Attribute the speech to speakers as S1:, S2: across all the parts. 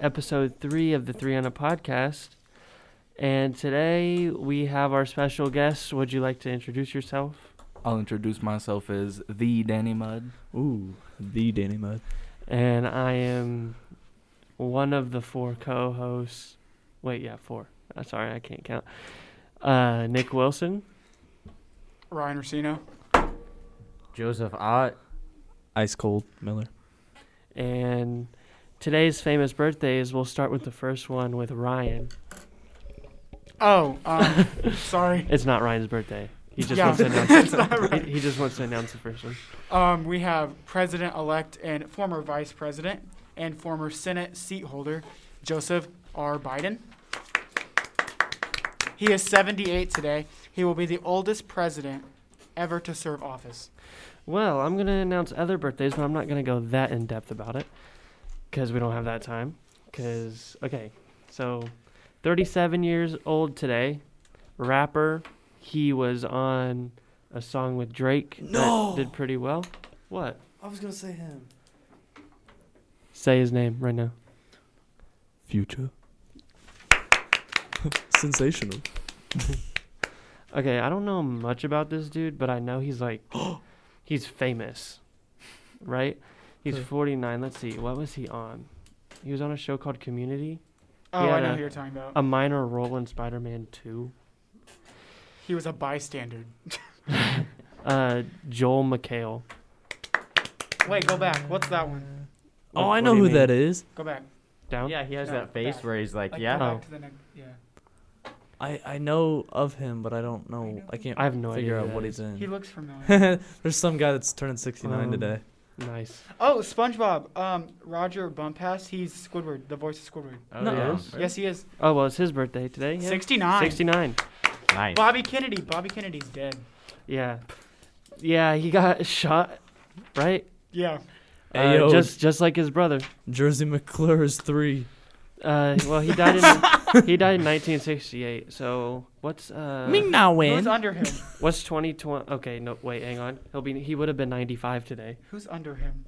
S1: episode three of the Three on a Podcast. And today we have our special guest. Would you like to introduce yourself?
S2: I'll introduce myself as the Danny Mud.
S3: Ooh, the Danny Mud.
S1: And I am one of the four co hosts. Wait, yeah, four. Uh, sorry, I can't count. Uh, Nick Wilson.
S4: Ryan Racino.
S5: Joseph Ott.
S3: Ice Cold Miller.
S1: And today's famous birthdays, we'll start with the first one with Ryan.
S4: Oh, um, sorry.
S1: It's not Ryan's birthday. He just
S4: Yeah.
S1: wants to announce
S4: It's not
S1: he-
S4: right.
S1: he, just wants to announce the first one.
S4: Um, we have President elect and former Vice President and former Senate seat holder, Joseph R. Biden. He is 78 today. He will be the oldest president ever to serve office.
S1: Well, I'm gonna announce other birthdays, but I'm not gonna go that in depth about it because we don't have that time. Because okay, so 37 years old today, rapper. He was on a song with Drake.
S6: No.
S1: that did pretty well. What?
S6: I was gonna say him.
S1: Say his name right now.
S3: Future. Sensational.
S1: Okay, I don't know much about this dude, but I know he's like he's famous. Right? He's
S3: Okay.
S1: 49. Let's see. What was he on? He was on a show called Community.
S4: Oh,
S1: Yeah, Um,
S4: I know
S1: no.
S4: who you're talking about.
S1: A minor role in Spider-Man 2.
S4: He was a bystander.
S1: Uh Joel McHale.
S4: Wait, go back. What's that one?
S3: Oh, I know who that
S1: is.
S3: is.
S4: Go back.
S1: Down?
S5: Yeah, he has
S4: No,
S5: that face
S4: that.
S5: where he's like,
S4: Like,
S5: yeah.
S4: Go
S1: Oh.
S4: back to the next, yeah.
S3: I, I know of him, but I don't know. I can't
S1: I have no idea
S3: figure
S1: who
S3: out
S1: that
S3: what
S1: is.
S3: he's in.
S4: He looks familiar.
S3: There's some guy that's turning 69
S1: Um,
S3: today.
S1: Nice.
S4: oh, SpongeBob. Um, Roger Bumpass. He's Squidward, the voice of Squidward.
S5: Oh,
S3: No.
S5: yeah.
S3: Yes.
S4: Yes, he is.
S1: Oh, well, it's his birthday today. Yeah.
S4: 69.
S1: 69.
S5: Nice.
S4: Bobby Kennedy. Bobby Kennedy's dead.
S1: Yeah. Yeah, he got shot, right?
S4: Yeah.
S1: Uh,
S3: Hey, yo,
S1: just just like his brother.
S3: Jersey McClure is three.
S1: Uh, well, he died in he died in 1968. So what's uh
S3: now
S4: Who's under him?
S1: what's 2020? Okay, no, wait, hang on. He'll be he would have been 95 today.
S4: Who's under him?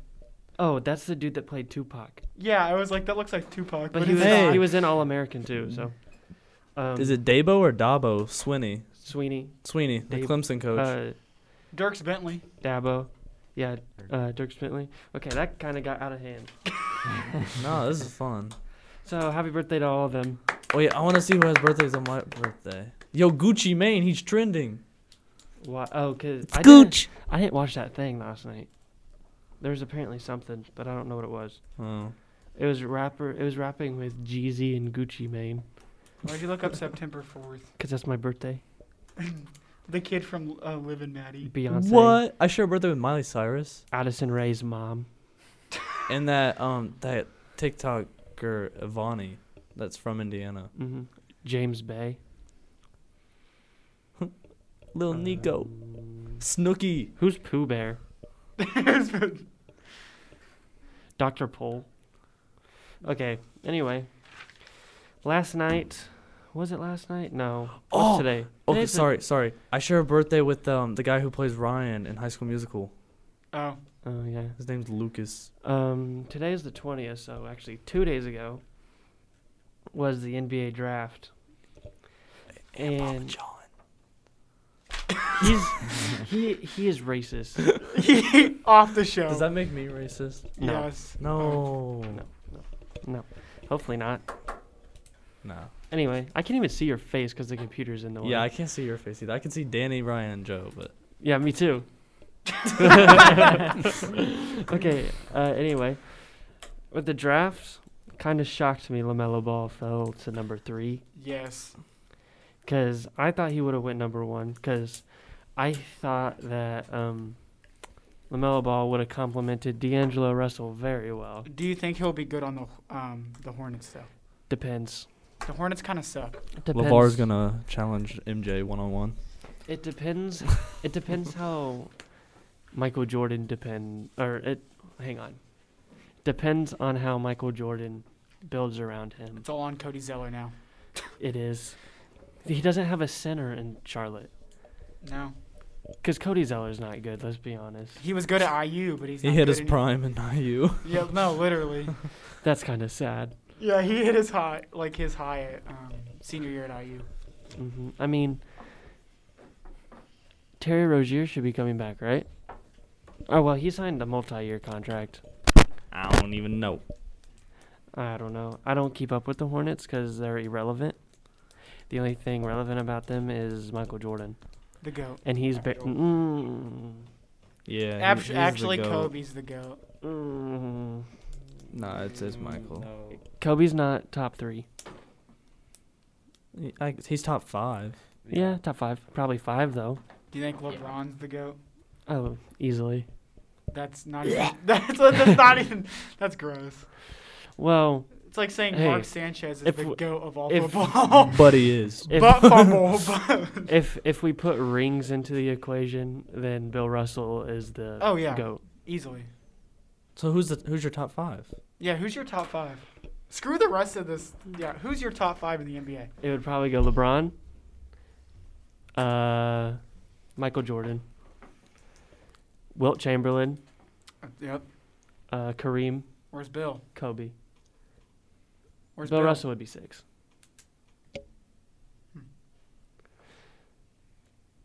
S1: Oh, that's the dude that played Tupac.
S4: Yeah, I was like, that looks like Tupac.
S1: But,
S4: But,
S1: he was
S4: it's not.
S1: he was in All American too. So um,
S3: Is it Dabo or Dabo? Sweeney.
S1: Sweeney,
S3: Sweeney, the
S1: Dabo.
S3: Clemson coach.
S1: uh,
S4: Dirks Bentley.
S1: Dabo? Yeah, uh, Dirk Bentley. Okay, that kind of got out of hand.
S3: no, this is fun.
S1: So happy birthday to all of them.
S3: Wait, I want to see who has birthdays on my birthday. Yo, Gucci Mane, he's trending.
S1: Why, oh, cause
S6: It's
S1: I
S6: Gooch.
S1: didn't, I didn't watch that thing last night. There was apparently something, but I don't know what it was.
S3: Oh.
S1: It was rapper. It was rapping with Jeezy and Gucci Mane,
S4: Why'd you look up September 4th?
S1: cause that's my birthday.
S4: The kid from uh, Live and Maddie.
S1: Beyonce.
S3: What? I share a birthday with Miley Cyrus
S1: Addison Ray's mom.
S3: and that um that TikToker Ivani that's from Indiana.
S1: hmm James Bay. Uh.
S3: Lil Nico,
S1: Um,
S3: Snooki,
S1: who's Pooh Bear? Dr. Pole. Okay. Anyway, last night was it last night? No. What's
S3: Oh,
S1: today?
S3: Oh,
S1: Today's the-
S3: sorry, sorry. I share a birthday with um the guy who plays Ryan in High School Musical.
S4: oh.
S1: Oh yeah.
S3: His name's Lucas.
S1: Um, today is the twentieth, so actually two days ago was the NBA draft.
S3: Papa
S1: And
S3: John.
S1: he's he he is racist.
S4: Off the show.
S3: Does that make me racist?
S1: No.
S4: Yes. Oh,
S3: No.
S1: No. Hopefully not.
S3: No.
S1: Anyway, I can't even see your face because the computer's in the way.
S3: Yeah, I can't see your face either. I can see Danny, Ryan, and Joe, but
S1: yeah, me too. okay. Uh, anyway, with the draft, kind of shocked me. Lamelo Ball fell to number three.
S4: Yes.
S1: because I thought he would have went number one because I thought that um, Lamelo Ball would have complimented D'Angelo Russell very well.
S4: Do you think he'll be good on the um the Hornets though?
S1: Depends.
S4: The Hornets kind of suck.
S1: Depends.
S3: Lavar's gonna challenge MJ one on one.
S1: It depends. it depends how Michael Jordan depend or it. Hang on. Depends on how Michael Jordan builds around him.
S4: It's all on Cody Zeller now.
S1: It is. He doesn't have a center in Charlotte
S4: No.
S1: because Cody Zeller's not good. Let's be honest.
S4: He was good at IU, but he's
S3: He
S4: not
S3: hit
S4: good
S3: his
S4: any-
S3: prime in IU.
S4: Yeah, no, literally.
S1: That's kind of sad.
S4: Yeah, he hit his high, like his high at um, senior year at IU.
S1: hmm I mean, Terry Rozier should be coming back, right? Oh well, he signed a multi-year contract.
S3: I don't even know.
S1: I don't know. I don't keep up with the Hornets because they're irrelevant. The only thing relevant about them is Michael Jordan,
S4: The goat.
S1: and he's ba- mm,
S3: Yeah. he-
S4: Abs-
S3: he's the
S4: actually,
S3: goat.
S4: Kobe's the goat.
S1: mm.
S3: No, it says Michael.
S1: Kobe's not top three.
S3: He- I- he's top five.
S1: Yeah, top five, probably five though.
S4: Do you think LeBron's the goat?
S1: Oh, easily.
S4: That's not. Even, that's, that's not even. That's gross.
S1: Well,
S4: It's like saying
S1: Hey,
S4: Mark Sanchez is
S1: if
S4: the
S1: w-
S4: goat of all
S1: if-
S4: football.
S3: But he is.
S1: if-
S4: but fumble. but-
S1: if if we put rings into the equation, then Bill Russell is the
S4: Oh, yeah.
S1: goat.
S4: Easily.
S3: So who's the who's your top five?
S4: Yeah. Who's your top five? Screw the rest of this. Yeah. Who's your top five in the NBA?
S1: It would probably go LeBron, uh, Michael Jordan, Wilt Chamberlain,
S4: Yep.
S1: uh, Kareem,
S4: Where's Bill?
S1: Kobe.
S4: Where's
S1: Bill, Russell would be six.
S4: Hmm.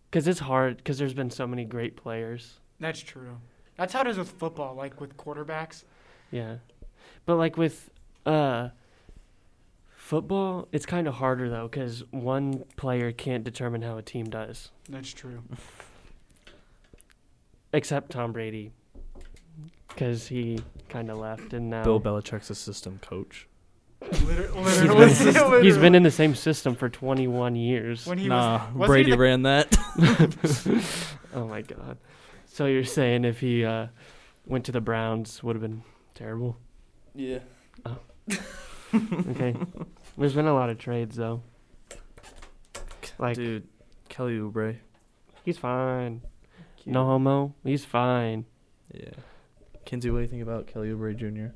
S1: Because it's hard. Because there's been so many great players.
S4: That's true. That's how it is with football, like with quarterbacks.
S1: Yeah, but like with uh, football, it's kind of harder though because one player can't determine how a team does.
S4: That's true.
S1: Except Tom Brady, because he kind of left and now
S3: Bill Belichick's a system coach.
S4: Liter-
S1: He's
S4: literally,
S1: been, he's been
S4: literally.
S1: in the same system for 21 years.
S4: when he
S3: nah,
S4: was, was
S3: Brady
S4: He the,
S3: ran that.
S1: Oh my god. So you're saying if he uh, went to the Browns would have been terrible?
S2: Yeah.
S1: Okay. There's been a lot of trades though. Like
S2: Dude, Kelly Oubre.
S1: he's fine. No homo. He's fine.
S3: Yeah. Kinsey, what do you think about Kelly Oubre Jr.?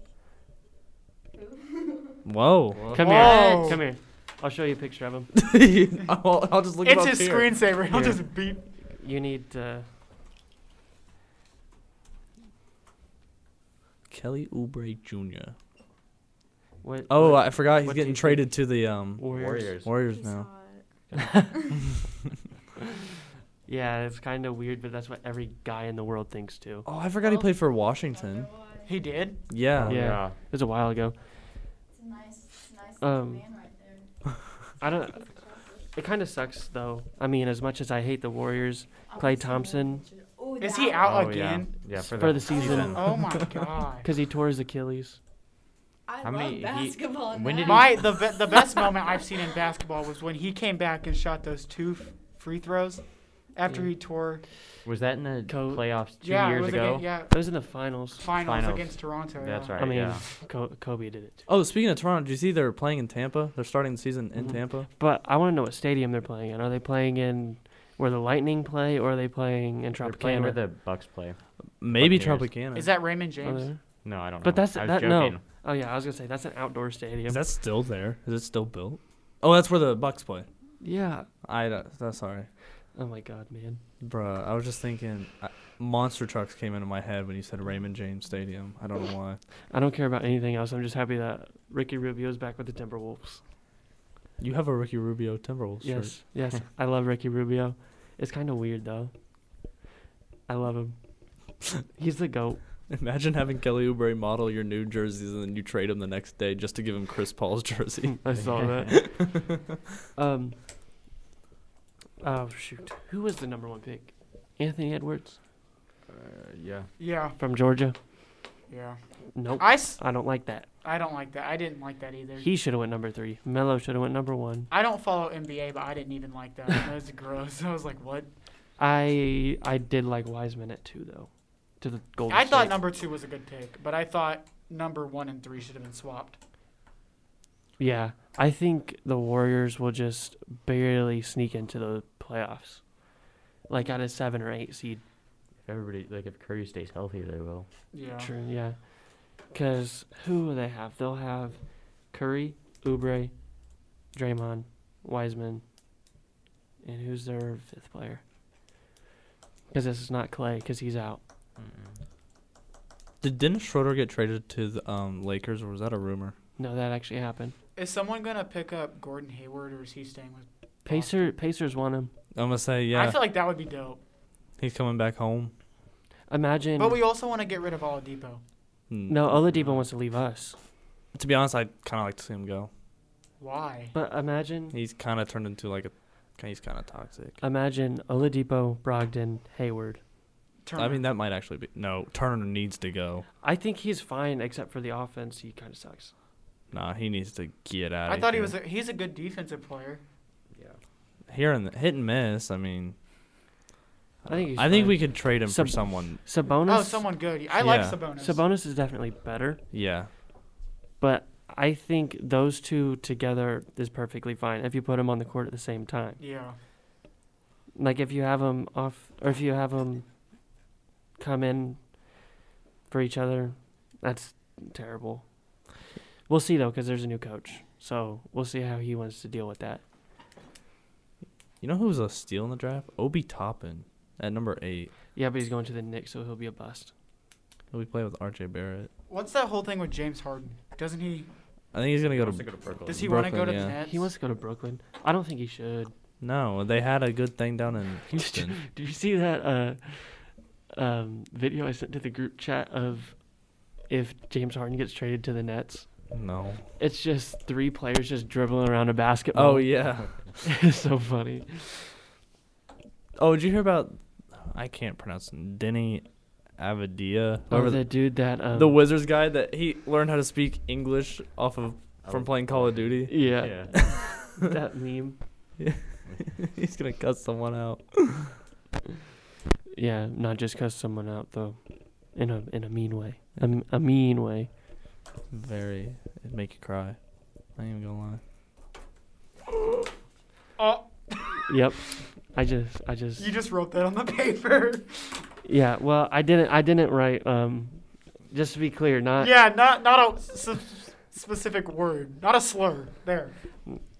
S3: Whoa.
S1: Come
S4: Whoa.
S1: here. Come here. I'll show you a picture of him.
S3: I'll, I'll just look it
S4: it's
S3: up
S4: his
S3: here.
S4: screensaver. He'll
S1: Here.
S4: just beat.
S1: You need uh,
S3: Kelly Oubre Jr.
S1: what?
S3: Oh,
S1: what-
S3: I forgot he's
S1: what do
S3: getting
S1: you think?
S3: traded to the um
S1: Warriors.
S3: Warriors now.
S1: Yeah, it's kind of weird, but that's what every guy in the world thinks too.
S3: Oh, I forgot he
S6: Oh.
S3: played for Washington.
S4: He did.
S3: Yeah.
S1: Yeah. It was a while ago.
S6: It's a nice, it's a nice
S1: Um,
S6: um, man right there.
S1: I don't. It kind of sucks though. I mean, as much as I hate the Warriors
S6: I'll
S1: Klay
S6: put some more
S1: Thompson.
S6: pictures. Ooh,
S4: Is
S6: that
S4: he
S6: one.
S4: out
S5: Oh,
S4: again?
S5: Yeah, yeah for,
S1: for the
S5: the
S1: season,
S4: Oh my god.
S1: because he tore his Achilles.
S6: I
S5: How
S6: love
S5: many- he-
S6: basketball.
S5: when did he-
S6: now.
S4: My the be- the best moment I've seen in basketball was when he came back and shot those two f- free throws after
S1: Yeah.
S4: he tore.
S5: Was that in the
S1: Co-
S5: playoffs two
S4: yeah, it
S5: years
S4: was
S5: ago?
S4: Again, yeah,
S1: That was in the finals.
S4: finals,
S5: Finals.
S4: against Toronto.
S5: That's
S4: yeah.
S5: right.
S1: I mean,
S5: yeah.
S1: Co- Kobe did it too.
S3: Oh, speaking of Toronto, do you see they're playing in Tampa? They're starting the season in
S1: Mhm.
S3: Tampa.
S1: But I want to know what stadium they're playing in. Are they playing in where the Lightning play, or are they playing in
S5: They're
S1: Tropicana?
S5: playing where the Bucks play.
S3: Maybe
S5: Buccaneers.
S3: Tropicana.
S4: Is that Raymond
S1: Are
S4: James?
S1: they?
S5: No, I don't know.
S1: But that's
S5: I was
S1: that no.
S5: joking.
S1: Oh yeah, I was gonna say that's an outdoor stadium.
S3: Is that still there? Is it still built? Oh, that's where the Bucks play.
S1: yeah.
S3: I don't, that's sorry,
S1: Oh my God, man.
S3: bruh. I was just thinking, I, monster trucks came into my head when you said Raymond James Stadium. I don't know why.
S1: I don't care about anything else. I'm just happy that Ricky Rubio's back with the Timberwolves.
S3: You have a Ricky Rubio Timberwolves shirt.
S1: Yes, yes. I love Ricky Rubio. It's kind of weird though. I love him. He's the goat.
S3: Imagine having Kelly Oubre model your new jerseys and then you trade him the next day just to give him Chris Paul's jersey.
S1: I saw that. um. Oh shoot, who was the number one pick? Anthony Edwards
S2: Uh, yeah.
S4: Yeah,
S1: from Georgia.
S4: yeah.
S1: Nope,
S4: I, s-
S1: I don't like that.
S4: I don't like that. I didn't like that either.
S1: He should have went number three. Melo should have went number one.
S4: I don't follow NBA, but I didn't even like that. That was gross. I was like, what?
S1: I I did like Wiseman at two though, to the Golden
S4: I thought
S1: State.
S4: number two was a good pick, but I thought number one and three should have been swapped.
S1: Yeah, I think the Warriors will just barely sneak into the playoffs, like at a seven or eight seed.
S5: If everybody like if Curry stays healthy, they will.
S4: Yeah.
S1: True, yeah. Because who will they have? They'll have Curry, Oubre, Draymond, Wiseman, and who's their fifth player? Because this is not Clay, because he's out.
S3: Did Dennis Schroeder get traded to the um, Lakers or was that a rumor?
S1: No, that actually happened.
S4: Is someone gonna pick up Gordon Hayward, or is he staying with?
S1: Pacer, Pacers won him.
S3: I'm gonna say yeah.
S4: I feel like that would be dope.
S3: He's coming back home.
S1: Imagine.
S4: But we also want to get rid of Oladipo.
S3: Hmm.
S1: no, Oladipo wants to leave us.
S3: To be honest, I kind of like to see him go.
S4: Why?
S1: But imagine,
S3: He's kind of turned into like a. He's kind of toxic.
S1: imagine Oladipo, Brogdon, Hayward.
S4: Turner.
S3: I mean, that might actually be no. Turner needs to go.
S1: I think he's fine except for the offense. He kind of sucks.
S3: Nah, he needs to get out.
S4: I thought he was. A, he's a good defensive player.
S3: here and hit and miss. I mean,
S1: I think he's
S3: I think
S1: fine.
S3: we could trade him
S1: Some-
S3: for someone.
S1: Sabonis.
S4: Oh, someone good. I like
S3: Yeah.
S4: Sabonis.
S1: Sabonis is definitely better,
S3: Yeah,
S1: but I think those two together is perfectly fine if you put them on the court at the same time.
S4: Yeah.
S1: Like if you have them off, or if you have them come in for each other, that's terrible. We'll see though, because there's a new coach, so we'll see how he wants to deal with that.
S3: you know who was a steal in the draft? Obi Toppin at number eight.
S1: Yeah, but he's going to the Knicks, so he'll be a bust.
S3: We play with R.J. Barrett.
S4: What's that whole thing with James Harden? Doesn't he?
S3: I think he's gonna go to.
S4: Does he want to go to
S3: Brooklyn,
S4: the
S3: yeah.
S4: Nets?
S1: He wants to go to Brooklyn. I don't think he should.
S3: No, they had a good thing down in
S1: Did you-
S3: Houston.
S1: Did you see that uh, um, video I sent to the group chat of if James Harden gets traded to the Nets?
S3: no.
S1: It's just three players just dribbling around a basketball.
S3: Oh yeah.
S1: it's so funny.
S3: Oh, did you hear about? I can't pronounce him. Denny Avadia.
S1: Or
S3: Whoever
S1: Oh, the dude that um,
S3: the Wizards guy that he learned how to speak English off of from
S5: Oh.
S3: playing Call of Duty.
S1: yeah,
S5: Yeah.
S1: that meme.
S3: He's gonna cut someone out.
S1: Yeah, not just cuss someone out though, in a in a mean way, a, m- a mean way.
S3: Very, it'd make you cry. I ain't even gonna lie.
S4: Oh,
S1: Yep, I just I just
S4: you just wrote that on the paper.
S1: yeah. Well, I didn't I didn't write um, just to be clear, not
S4: yeah, not not a s- specific word, not a slur. There.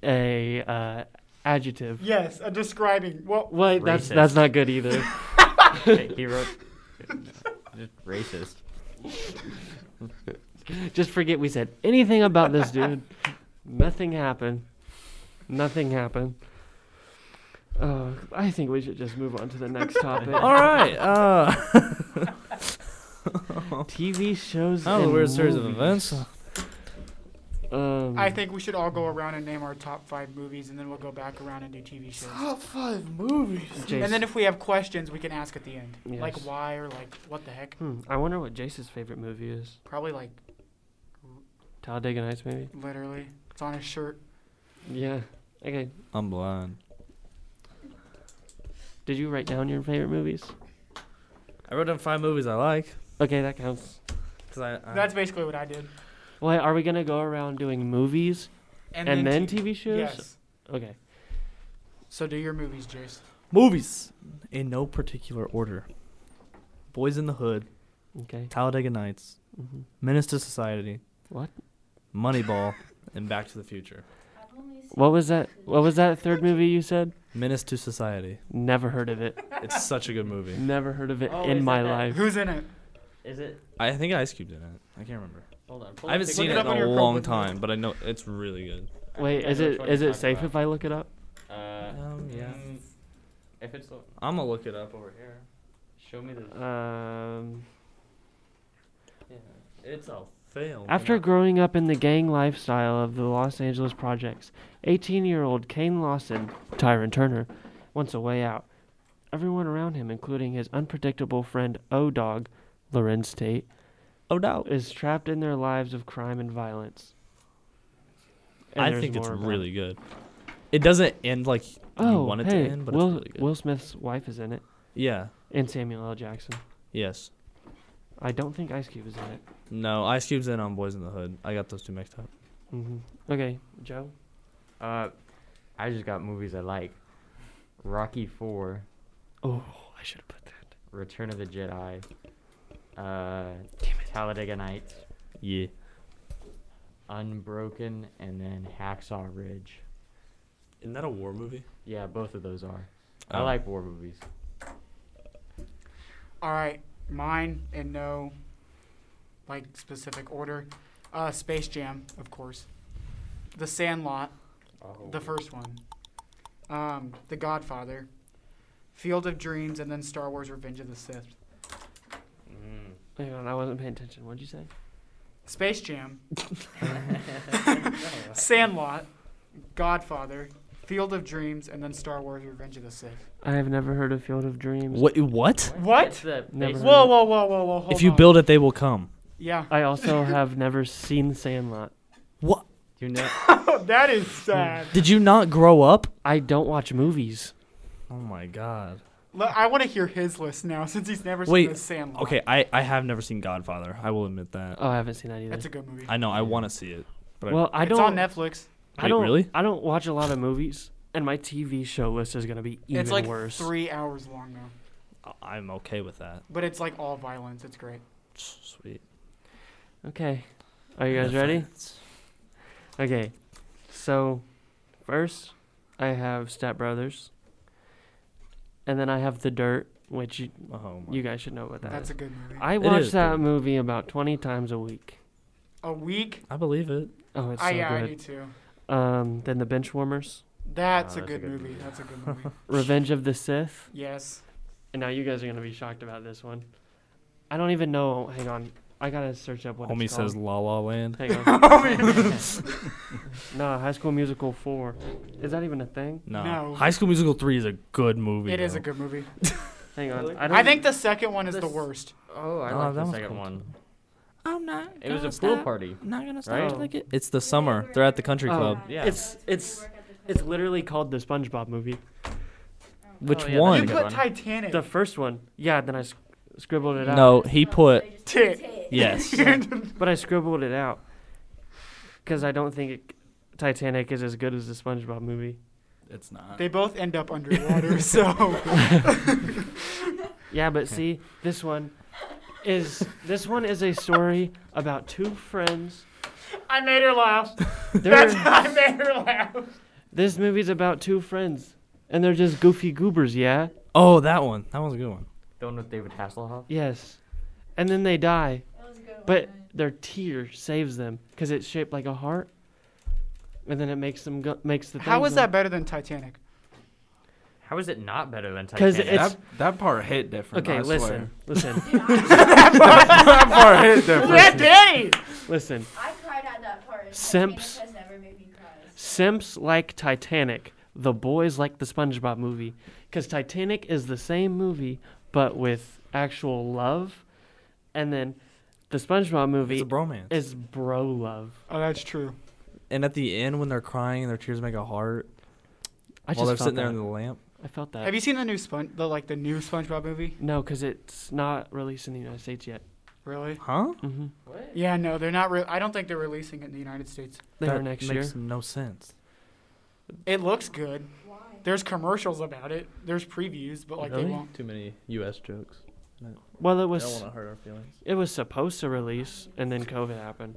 S1: a uh, adjective.
S4: Yes, a describing. Well,
S1: Well, that's that's
S5: Racist.
S1: not good either.
S5: he wrote just racist.
S1: Just forget we said anything about this dude. Nothing happened. Nothing happened. Oh, I think we should just move on to the next topic.
S3: All right. Uh,
S1: TV shows.
S3: oh, the
S1: and
S3: weird series of
S1: movies.
S3: events.
S1: Um,
S4: I think we should all go around and name our top five movies, and then we'll go back around and do TV shows.
S2: Top five movies.
S1: Jace,
S4: And then if we have questions, we can ask at the end, like
S1: Yes.
S4: why or like what the heck.
S1: hmm, I wonder what Jace's favorite movie is.
S4: Probably like
S1: Talladega Nights, maybe.
S4: literally, it's on his shirt.
S1: Yeah. Okay.
S3: I'm blind.
S1: Did you write down your favorite movies?
S3: I wrote down five movies I like.
S1: Okay, that counts.
S3: Cause I, I
S4: That's basically what I did.
S1: Well, are we gonna go around doing movies and, then, TV shows?
S4: Yes.
S1: Okay.
S4: So do your movies, Jace.
S3: movies in no particular order. Boys in the Hood,
S1: Okay.
S3: Talladega Nights,
S1: hmm
S3: Menace to Society.
S1: What?
S3: Moneyball and Back to the Future.
S6: I've only seen
S1: What was that? What was that third movie you said?
S3: Menace to Society.
S1: Never heard of it.
S3: It's such a good movie.
S1: Never heard of it
S5: Oh,
S1: in
S5: is
S1: my
S5: it that-
S1: life.
S4: Who's in it?
S5: Is it?
S3: I think Ice Cube did it. I can't remember.
S5: Hold on.
S3: I haven't seen
S4: it
S3: it
S4: up
S3: in
S4: on
S3: a
S4: your
S3: long
S4: Chromebook.
S3: time, but I know it's really good.
S1: Wait, is it is it safe if I look it up?
S5: I? Uh,
S3: Um, yeah.
S5: mm, If it's the-
S3: I'm gonna look it up over here.
S5: show me the
S1: Um,
S5: yeah, it's a
S3: Fail.
S1: after growing up in the gang lifestyle of the Los Angeles projects, 18-year-old Kane Lawson, Tyron Turner, wants a way out. Everyone around him, including his unpredictable friend O Dog, Lorenz Tate,
S3: oh no,
S1: is trapped in their lives of crime and violence. And
S3: I
S1: there's
S3: think it's
S1: more about it.
S3: really good. It doesn't end like you want it
S1: Oh, hey,
S3: to end, but
S1: Will,
S3: it's really good.
S1: Will Smith's wife is in it,
S3: yeah.
S1: and Samuel L. Jackson.
S3: Yes.
S1: I don't think Ice Cube is in it.
S3: No. Ice Cube's in on Boys in the Hood. I got those two mixed up.
S1: hmm
S3: Mm-hmm.
S1: Okay, Joe.
S5: Uh, I just got movies I like. Rocky Four,
S1: Oh, I should have put that.
S5: Return of the Jedi, uh, Talladega Nights,
S3: Yeah.
S5: Unbroken, and then Hacksaw Ridge.
S3: Isn't that a war movie?
S5: Yeah, both of those are. I
S3: Oh.
S5: like war movies.
S4: All right, mine in no like specific order. Uh, Space Jam, of course. The Sandlot,
S5: Oh.
S4: the first one. Um, the Godfather. Field of Dreams, and then Star Wars: Revenge of the Sith.
S5: Mm.
S1: Hang on, I wasn't paying attention. What'd you say?
S4: Space Jam. Sandlot. Godfather. Field of Dreams, and then Star Wars: Revenge of the Sith.
S1: I have never heard of Field of Dreams.
S3: What? What?
S4: What?
S5: It's the
S1: Never
S5: base-
S1: heard
S4: Whoa, whoa, whoa, whoa, whoa! Hold
S3: if you
S4: on.
S3: build it, they will come.
S4: yeah,
S1: I also have never seen Sandlot.
S3: What?
S5: You know,
S4: that is sad.
S3: Did you not grow up?
S1: I don't watch movies.
S3: Oh my god.
S4: Le- I want to hear his list now since he's never
S3: Wait,
S4: seen the Sandlot.
S3: Okay, I, I have never seen Godfather. I will admit that.
S1: Oh, I haven't seen that either.
S4: that's a good movie.
S3: I know I want to see it. but I-
S1: well, I
S4: it's on
S1: don't.
S4: Netflix.
S1: I
S3: Wait,
S1: don't
S3: really?
S1: I don't watch a lot of movies, and my TV show list is gonna be even
S4: it's like
S1: worse.
S4: three hours long now,
S3: I- I'm okay with that.
S4: but it's like all violence. It's great.
S3: Sweet.
S1: Okay, are you guys ready? Okay, so first I have Step Brothers, and then I have The Dirt, which you,
S3: Oh my.
S1: you guys should know what that
S4: That's
S1: is.
S4: a good movie.
S1: I
S3: It
S1: watch
S3: is
S1: that
S3: good.
S1: movie about twenty times a week.
S4: A week.
S3: I believe it.
S1: Oh, it's so
S4: I yeah, I do
S1: good.
S4: too.
S1: Um, then The Benchwarmers,
S4: That's, a,
S5: that's
S4: good movie. That's a good movie.
S1: Revenge of the Sith.
S4: yes.
S1: And now you guys are gonna be shocked about this one. I don't even know. Hang on, I gotta search up what
S3: Homie
S1: it's called.
S3: says La La Land.
S1: Hang on.
S4: Oh,
S1: no, High School Musical four. Is that even a thing?
S3: No.
S4: No.
S3: High School Musical 3 is a good movie.
S4: It is a
S3: though.
S4: good movie.
S1: Hang on.
S5: Really?
S1: I, don't,
S4: I think the second one is the
S5: This-
S4: worst.
S5: oh, I
S3: Oh,
S5: like
S3: that
S5: the
S3: was
S5: second
S3: cool.
S5: one.
S3: I'm not.
S5: It was a
S3: gonna
S5: pool
S3: stop-
S5: party.
S3: Not gonna
S5: Right?
S3: till I get- It's the summer. They're at the country
S1: Oh.
S3: club.
S5: Yeah.
S1: It's- it's- it's literally called the SpongeBob movie.
S3: Which
S5: Oh, yeah, that's
S3: one?
S4: You
S5: good
S4: put
S5: one.
S4: Titanic.
S1: The first one. Yeah. Then I sc- scribbled it out.
S3: No, he put.
S4: Tit.
S3: Yes.
S1: But I scribbled it out because I don't think it, Titanic is as good as the SpongeBob movie.
S2: It's not.
S4: they both end up underwater, so
S1: Yeah, but see, this one is this one is a story about two friends.
S4: I made her laugh.
S1: They're-
S4: I made her laugh.
S1: This movie's about two friends, and they're just goofy goobers, yeah?
S3: Oh, that one. That one's a good one.
S5: The one with David Hasselhoff.
S1: Yes. And then they die,
S6: That was a good one.
S1: but their tear saves them because it's shaped like a heart. And then it makes them go- makes the
S4: How is that better than Titanic?
S5: How is it not better than
S1: 'Cause
S5: Titanic?
S1: it's-
S2: that, that part hit different.
S1: Okay,
S2: I
S1: listen,
S2: Swear.
S1: listen,
S6: Dude, I,
S2: that part hit different.
S4: Danny.
S1: listen.
S6: I cried at that part.
S1: Simps.
S6: Titanic has never made me cry.
S1: Simps like Titanic. The boys like the SpongeBob movie because Titanic is the same movie but with actual love, and then the SpongeBob
S3: It's
S1: movie
S3: a bromance.
S1: is bro love.
S4: Oh, that's true.
S3: and at the end, when they're crying and their tears make a heart,
S1: I
S3: while they're
S1: just felt
S3: sitting there
S1: that.
S3: in the lamp.
S1: I felt that.
S4: Have you seen the new Spon- the like the new SpongeBob movie?
S1: No, because it's not released in the United States yet.
S4: Really?
S3: Huh?
S1: Mm-hmm.
S5: What?
S4: Yeah, no, they're not. Re- I don't think they're releasing it in the United States.
S1: They
S3: that
S1: are next year.
S3: makes no sense.
S4: It looks good.
S6: Why?
S4: There's commercials about it. There's previews, but like they
S3: Really?
S4: won't.
S7: Too many U.S. jokes.
S1: Well, it
S7: I don't
S1: was
S7: want to hurt our feelings.
S1: it was supposed to release, and then COVID happened.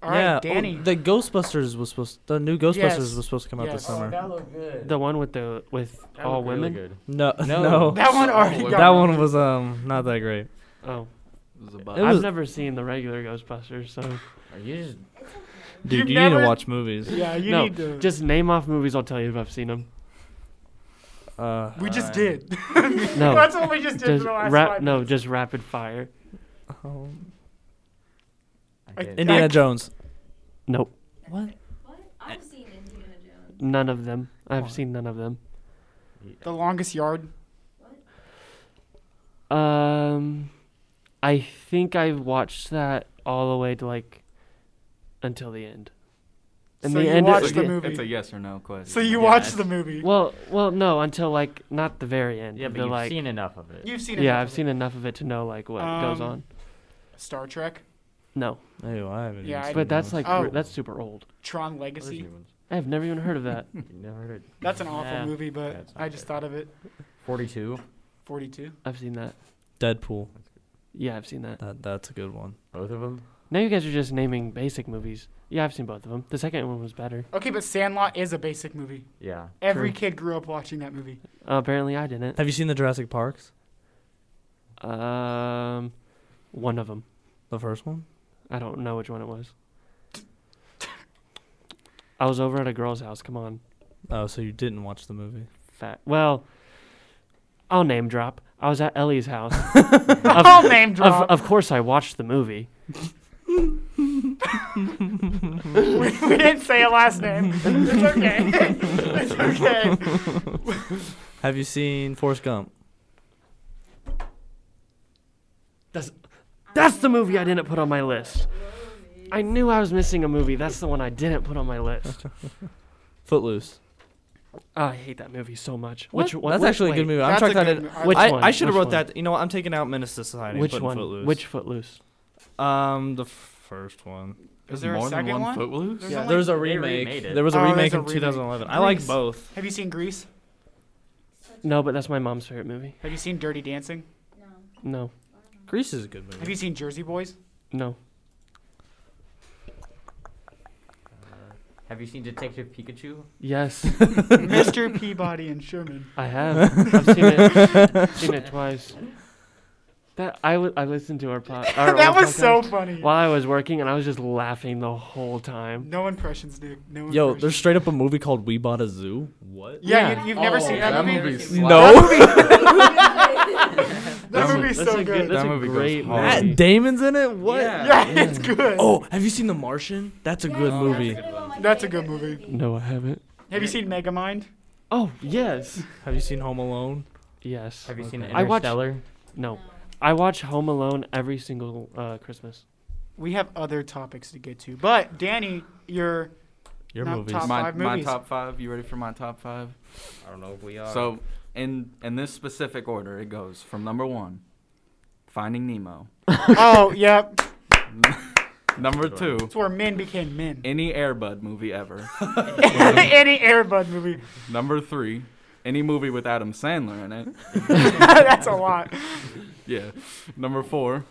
S4: All right,
S3: yeah, oh,
S4: Danny.
S3: the Ghostbusters was supposed. The new Ghostbusters
S4: Yes.
S3: was supposed to come out
S4: Yes. Oh,
S3: this summer.
S5: Oh, that looked good.
S1: The one with the with
S5: That
S1: all
S5: looked really
S1: women.
S5: good.
S3: no,
S5: No.
S3: no,
S4: that one already
S2: Oh,
S4: got.
S3: that one was um not that great.
S1: Oh,
S2: It was a
S3: It
S2: bug.
S1: I've
S3: was-
S1: never seen the regular Ghostbusters, so
S5: Are you just
S6: It's okay.
S3: Dude,
S4: You've
S3: you need
S4: never-
S3: to watch movies.
S4: Yeah, Uh, you
S1: No,
S4: need to.
S1: just name off movies. I'll tell you if I've seen them.
S3: Uh,
S4: we just
S2: Uh,
S4: did.
S1: No,
S4: That's what we just did
S1: just
S4: for the last
S1: ra-
S4: five
S1: no,
S4: minutes.
S1: just rapid fire.
S3: um,
S5: I did.
S4: And-
S3: Indiana Jones.
S1: Nope,
S3: What?
S6: What? I've seen Indiana Jones.
S1: none of them. I've
S3: Why?
S1: seen none of them.
S4: The longest yard.
S1: Um, I think I watched that all the way to like until the end. And
S4: so
S1: the
S4: you
S1: end-
S4: watched
S1: it's
S4: the
S1: a-
S4: movie.
S2: It's a yes or no question.
S4: so you
S5: Yeah,
S4: watched the
S5: it's-
S4: movie.
S1: Well, well, no, until like not the very end.
S5: Yeah, but
S1: the,
S5: you've
S1: like,
S5: seen enough of it.
S4: You've seen it.
S1: Yeah, I've seen enough of it to know like what goes
S4: Um,
S1: on.
S4: Star Trek,
S1: No,
S3: Ew, I haven't.
S4: Yeah,
S3: even
S4: I-
S3: seen
S1: but that's
S3: those.
S1: like
S4: Oh.
S1: re- that's super old.
S4: Tron
S5: Those
S4: Legacy.
S5: new ones.
S1: I have never even heard of that.
S5: You never heard it.
S4: That's an awful
S1: Yeah.
S4: movie, but
S5: Yeah, it's not
S4: I just
S5: good.
S4: thought of it.
S5: 42.
S4: 42.
S1: I've seen that.
S3: Deadpool.
S1: Yeah, I've seen that.
S3: That that's a good one.
S5: Both of them.
S1: Now you guys are just naming basic movies. Yeah, I've seen both of them. The second one was better.
S4: Okay, but Sandlot is a basic movie.
S5: Yeah.
S4: Every
S1: True.
S4: kid grew up watching that movie.
S1: Uh, apparently, I didn't.
S3: Have you seen the Jurassic Parks?
S1: Um, one of them.
S3: The first one?
S1: I don't know which one it was. I was over at a girl's house. Come on.
S3: Oh, so you didn't watch the movie?
S1: Fat. Well, I'll name drop. I was at Ellie's house.
S4: I'll name drop.
S1: Of, of course, I watched the movie.
S4: we, we didn't say a last name. It's okay. it's okay.
S3: Have you seen Forrest Gump?
S1: That's the movie I didn't put on my list. I knew I was missing a movie. That's the one I didn't put on my list.
S3: Footloose.
S1: Oh, I hate that movie so much. Which
S3: What?
S1: one?
S3: That's
S1: which-
S3: actually a
S1: wait,
S3: good movie. I'm
S4: That's a
S3: shocked I
S4: good
S3: didn't.
S4: mo- I-
S1: Which
S3: I,
S1: one?
S3: I should have
S1: Which
S3: wrote
S1: one?
S3: that. You know what? I'm taking out Menace to Society. and
S1: Which
S3: putting
S1: one?
S3: Footloose.
S1: Which Footloose?
S3: Um, the first one.
S4: Is there a second one?
S2: Footloose?
S4: There's
S1: Yeah,
S4: only-
S3: There's a
S5: They
S3: remake.
S5: remade it.
S3: There was a
S4: Oh, there's
S3: remake
S4: a
S3: in
S4: remake.
S3: 2011. I like
S4: Nice.
S3: both.
S4: Have you seen Grease?
S1: No, but that's my mom's favorite movie.
S4: Have you seen Dirty Dancing?
S1: No,
S3: Grease is a good
S4: Have
S3: movie.
S4: you seen Jersey Boys?
S1: no.
S5: Uh, Have you seen Detective Pikachu?
S1: Yes,
S4: Mr. Peabody and Sherman.
S1: I have. I've seen it. seen it twice. That I wa- I listened to our podcast.
S4: that was so funny.
S1: While I was working, and I was just laughing the whole time.
S4: No impressions, Nick. No
S3: Yo,
S4: impressions.
S3: there's straight up a movie called We Bought a Zoo. What?
S4: Yeah,
S1: Yeah.
S4: You, you've never
S2: Oh,
S4: seen that,
S2: that
S4: movie?
S2: movie
S3: No.
S4: That
S2: That
S4: movie's
S1: That's
S4: so
S1: a
S4: good.
S1: That's
S2: That
S1: a
S2: movie goes
S1: great
S2: hard.
S1: movie.
S3: Matt Damon's in it. What?
S4: yeah, it's good. Oh,
S3: Oh, have you seen The Martian? That's a good movie.
S4: That's a good movie.
S1: No, I haven't.
S4: Have you seen Megamind?
S1: Oh yes,
S3: Have you seen Home Alone?
S1: yes.
S5: Have you seen
S3: Okay.
S1: I watched-
S5: Interstellar?
S1: No, I watch Home Alone every single uh, Christmas.
S4: We have other topics to get to, but Danny, your
S3: Your
S4: Not
S3: movies.
S4: Top
S2: my,
S4: five
S2: my
S4: movies.
S2: top five. You ready for my top five?
S5: I don't know if we are.
S2: So, in in this specific order, it goes from number one, Finding Nemo.
S4: oh yeah,
S2: number
S5: Good
S2: two,
S4: it's where men became men.
S2: any Airbud movie ever.
S4: Any Airbud movie.
S2: number three, any movie with Adam Sandler in it.
S4: That's a lot.
S2: Yeah. Number four,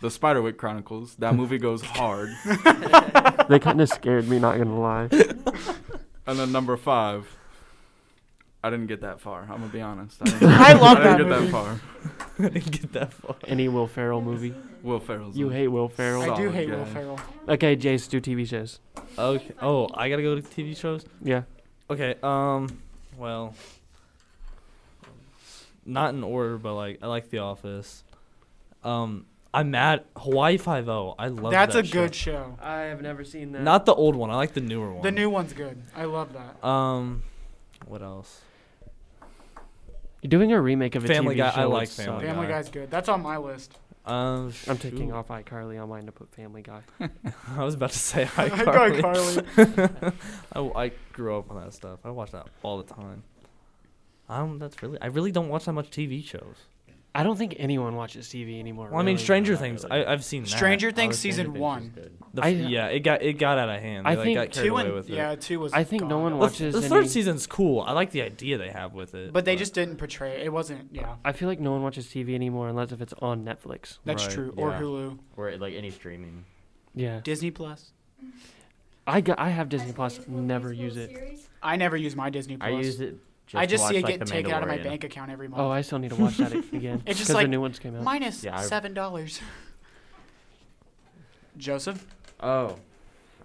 S2: The Spiderwick Chronicles. That movie goes hard.
S1: they kind of scared me, not gonna lie.
S2: And then number five, I didn't get that far. I'm gonna be honest. I, didn't,
S4: I love
S2: I didn't get
S4: that movie.
S2: that far.
S3: I didn't get that far.
S1: Any Will Ferrell movie?
S2: Will Ferrell's.
S1: You
S2: in it.
S1: hate Will Ferrell?
S4: I do
S2: Solid
S4: hate Will
S2: guy.
S4: Ferrell.
S1: Okay, Jace, do TV shows.
S3: Okay. Oh, I gotta go to TV shows.
S1: Yeah.
S3: Okay. Um. Well. Not in order, but like I like The Office. Um. I'm mad. Hawaii Five O. I love
S4: That's
S3: that
S4: a
S3: show.
S4: good show.
S1: I have never seen that.
S3: Not the old one. I like the newer one.
S4: The new one's good. I love that.
S3: Um. What else?
S1: You're doing a remake of a
S3: Family
S1: TV
S3: Guy- I
S1: show.
S3: like
S1: would suck.
S3: Family
S4: Family
S3: Guy.
S4: Guy's good. That's on my list.
S3: Um.
S1: I'm taking
S3: shoot.
S1: off iCarly on mine to put Family Guy.
S3: I was about to say hi,
S4: Guy
S3: Carly.
S4: Carly.
S3: I, I grew up on that stuff. I watch that all the time. Um, that's really. I really don't watch that much TV shows.
S1: I don't think anyone watches TV anymore.
S3: Well, I mean,
S1: really.
S3: Stranger
S5: not
S3: Things.
S5: really.
S3: I, I've seen that.
S4: Stranger
S5: I
S4: Things
S5: was
S4: season
S5: thinking
S4: one.
S5: she's good.
S3: The
S1: I-
S3: f- yeah, it got it got out of hand.
S1: I
S3: They, like,
S1: think
S3: got carried
S4: Two
S3: away
S4: and
S3: with
S4: yeah,
S3: it.
S4: two was.
S1: I think no
S4: gone.
S1: one
S3: The,
S1: watches.
S3: the
S1: any-
S3: third season's cool. I like the idea they have with it.
S4: But they just didn't portray it. It wasn't. Yeah,
S1: I feel like no one watches TV anymore unless if it's on Netflix.
S4: that's
S3: Right,
S4: true. Or
S5: yeah.
S4: Hulu,
S5: Or like any streaming.
S1: Yeah.
S4: Disney Plus.
S1: I got. I have Disney Plus. Never use it.
S4: I never use my Disney
S5: I
S4: Plus.
S5: use it. Just
S4: I
S5: to
S4: just
S5: watch,
S4: see it
S5: like,
S4: get
S5: The
S4: taken out of my
S5: Mandalorian.
S4: bank account every month.
S1: Oh, I still need to watch that again.
S4: It's just
S1: 'cause
S4: like-
S1: the new ones came out.
S4: Minus
S5: Yeah, I-
S4: seven dollars. Joseph,
S5: Oh,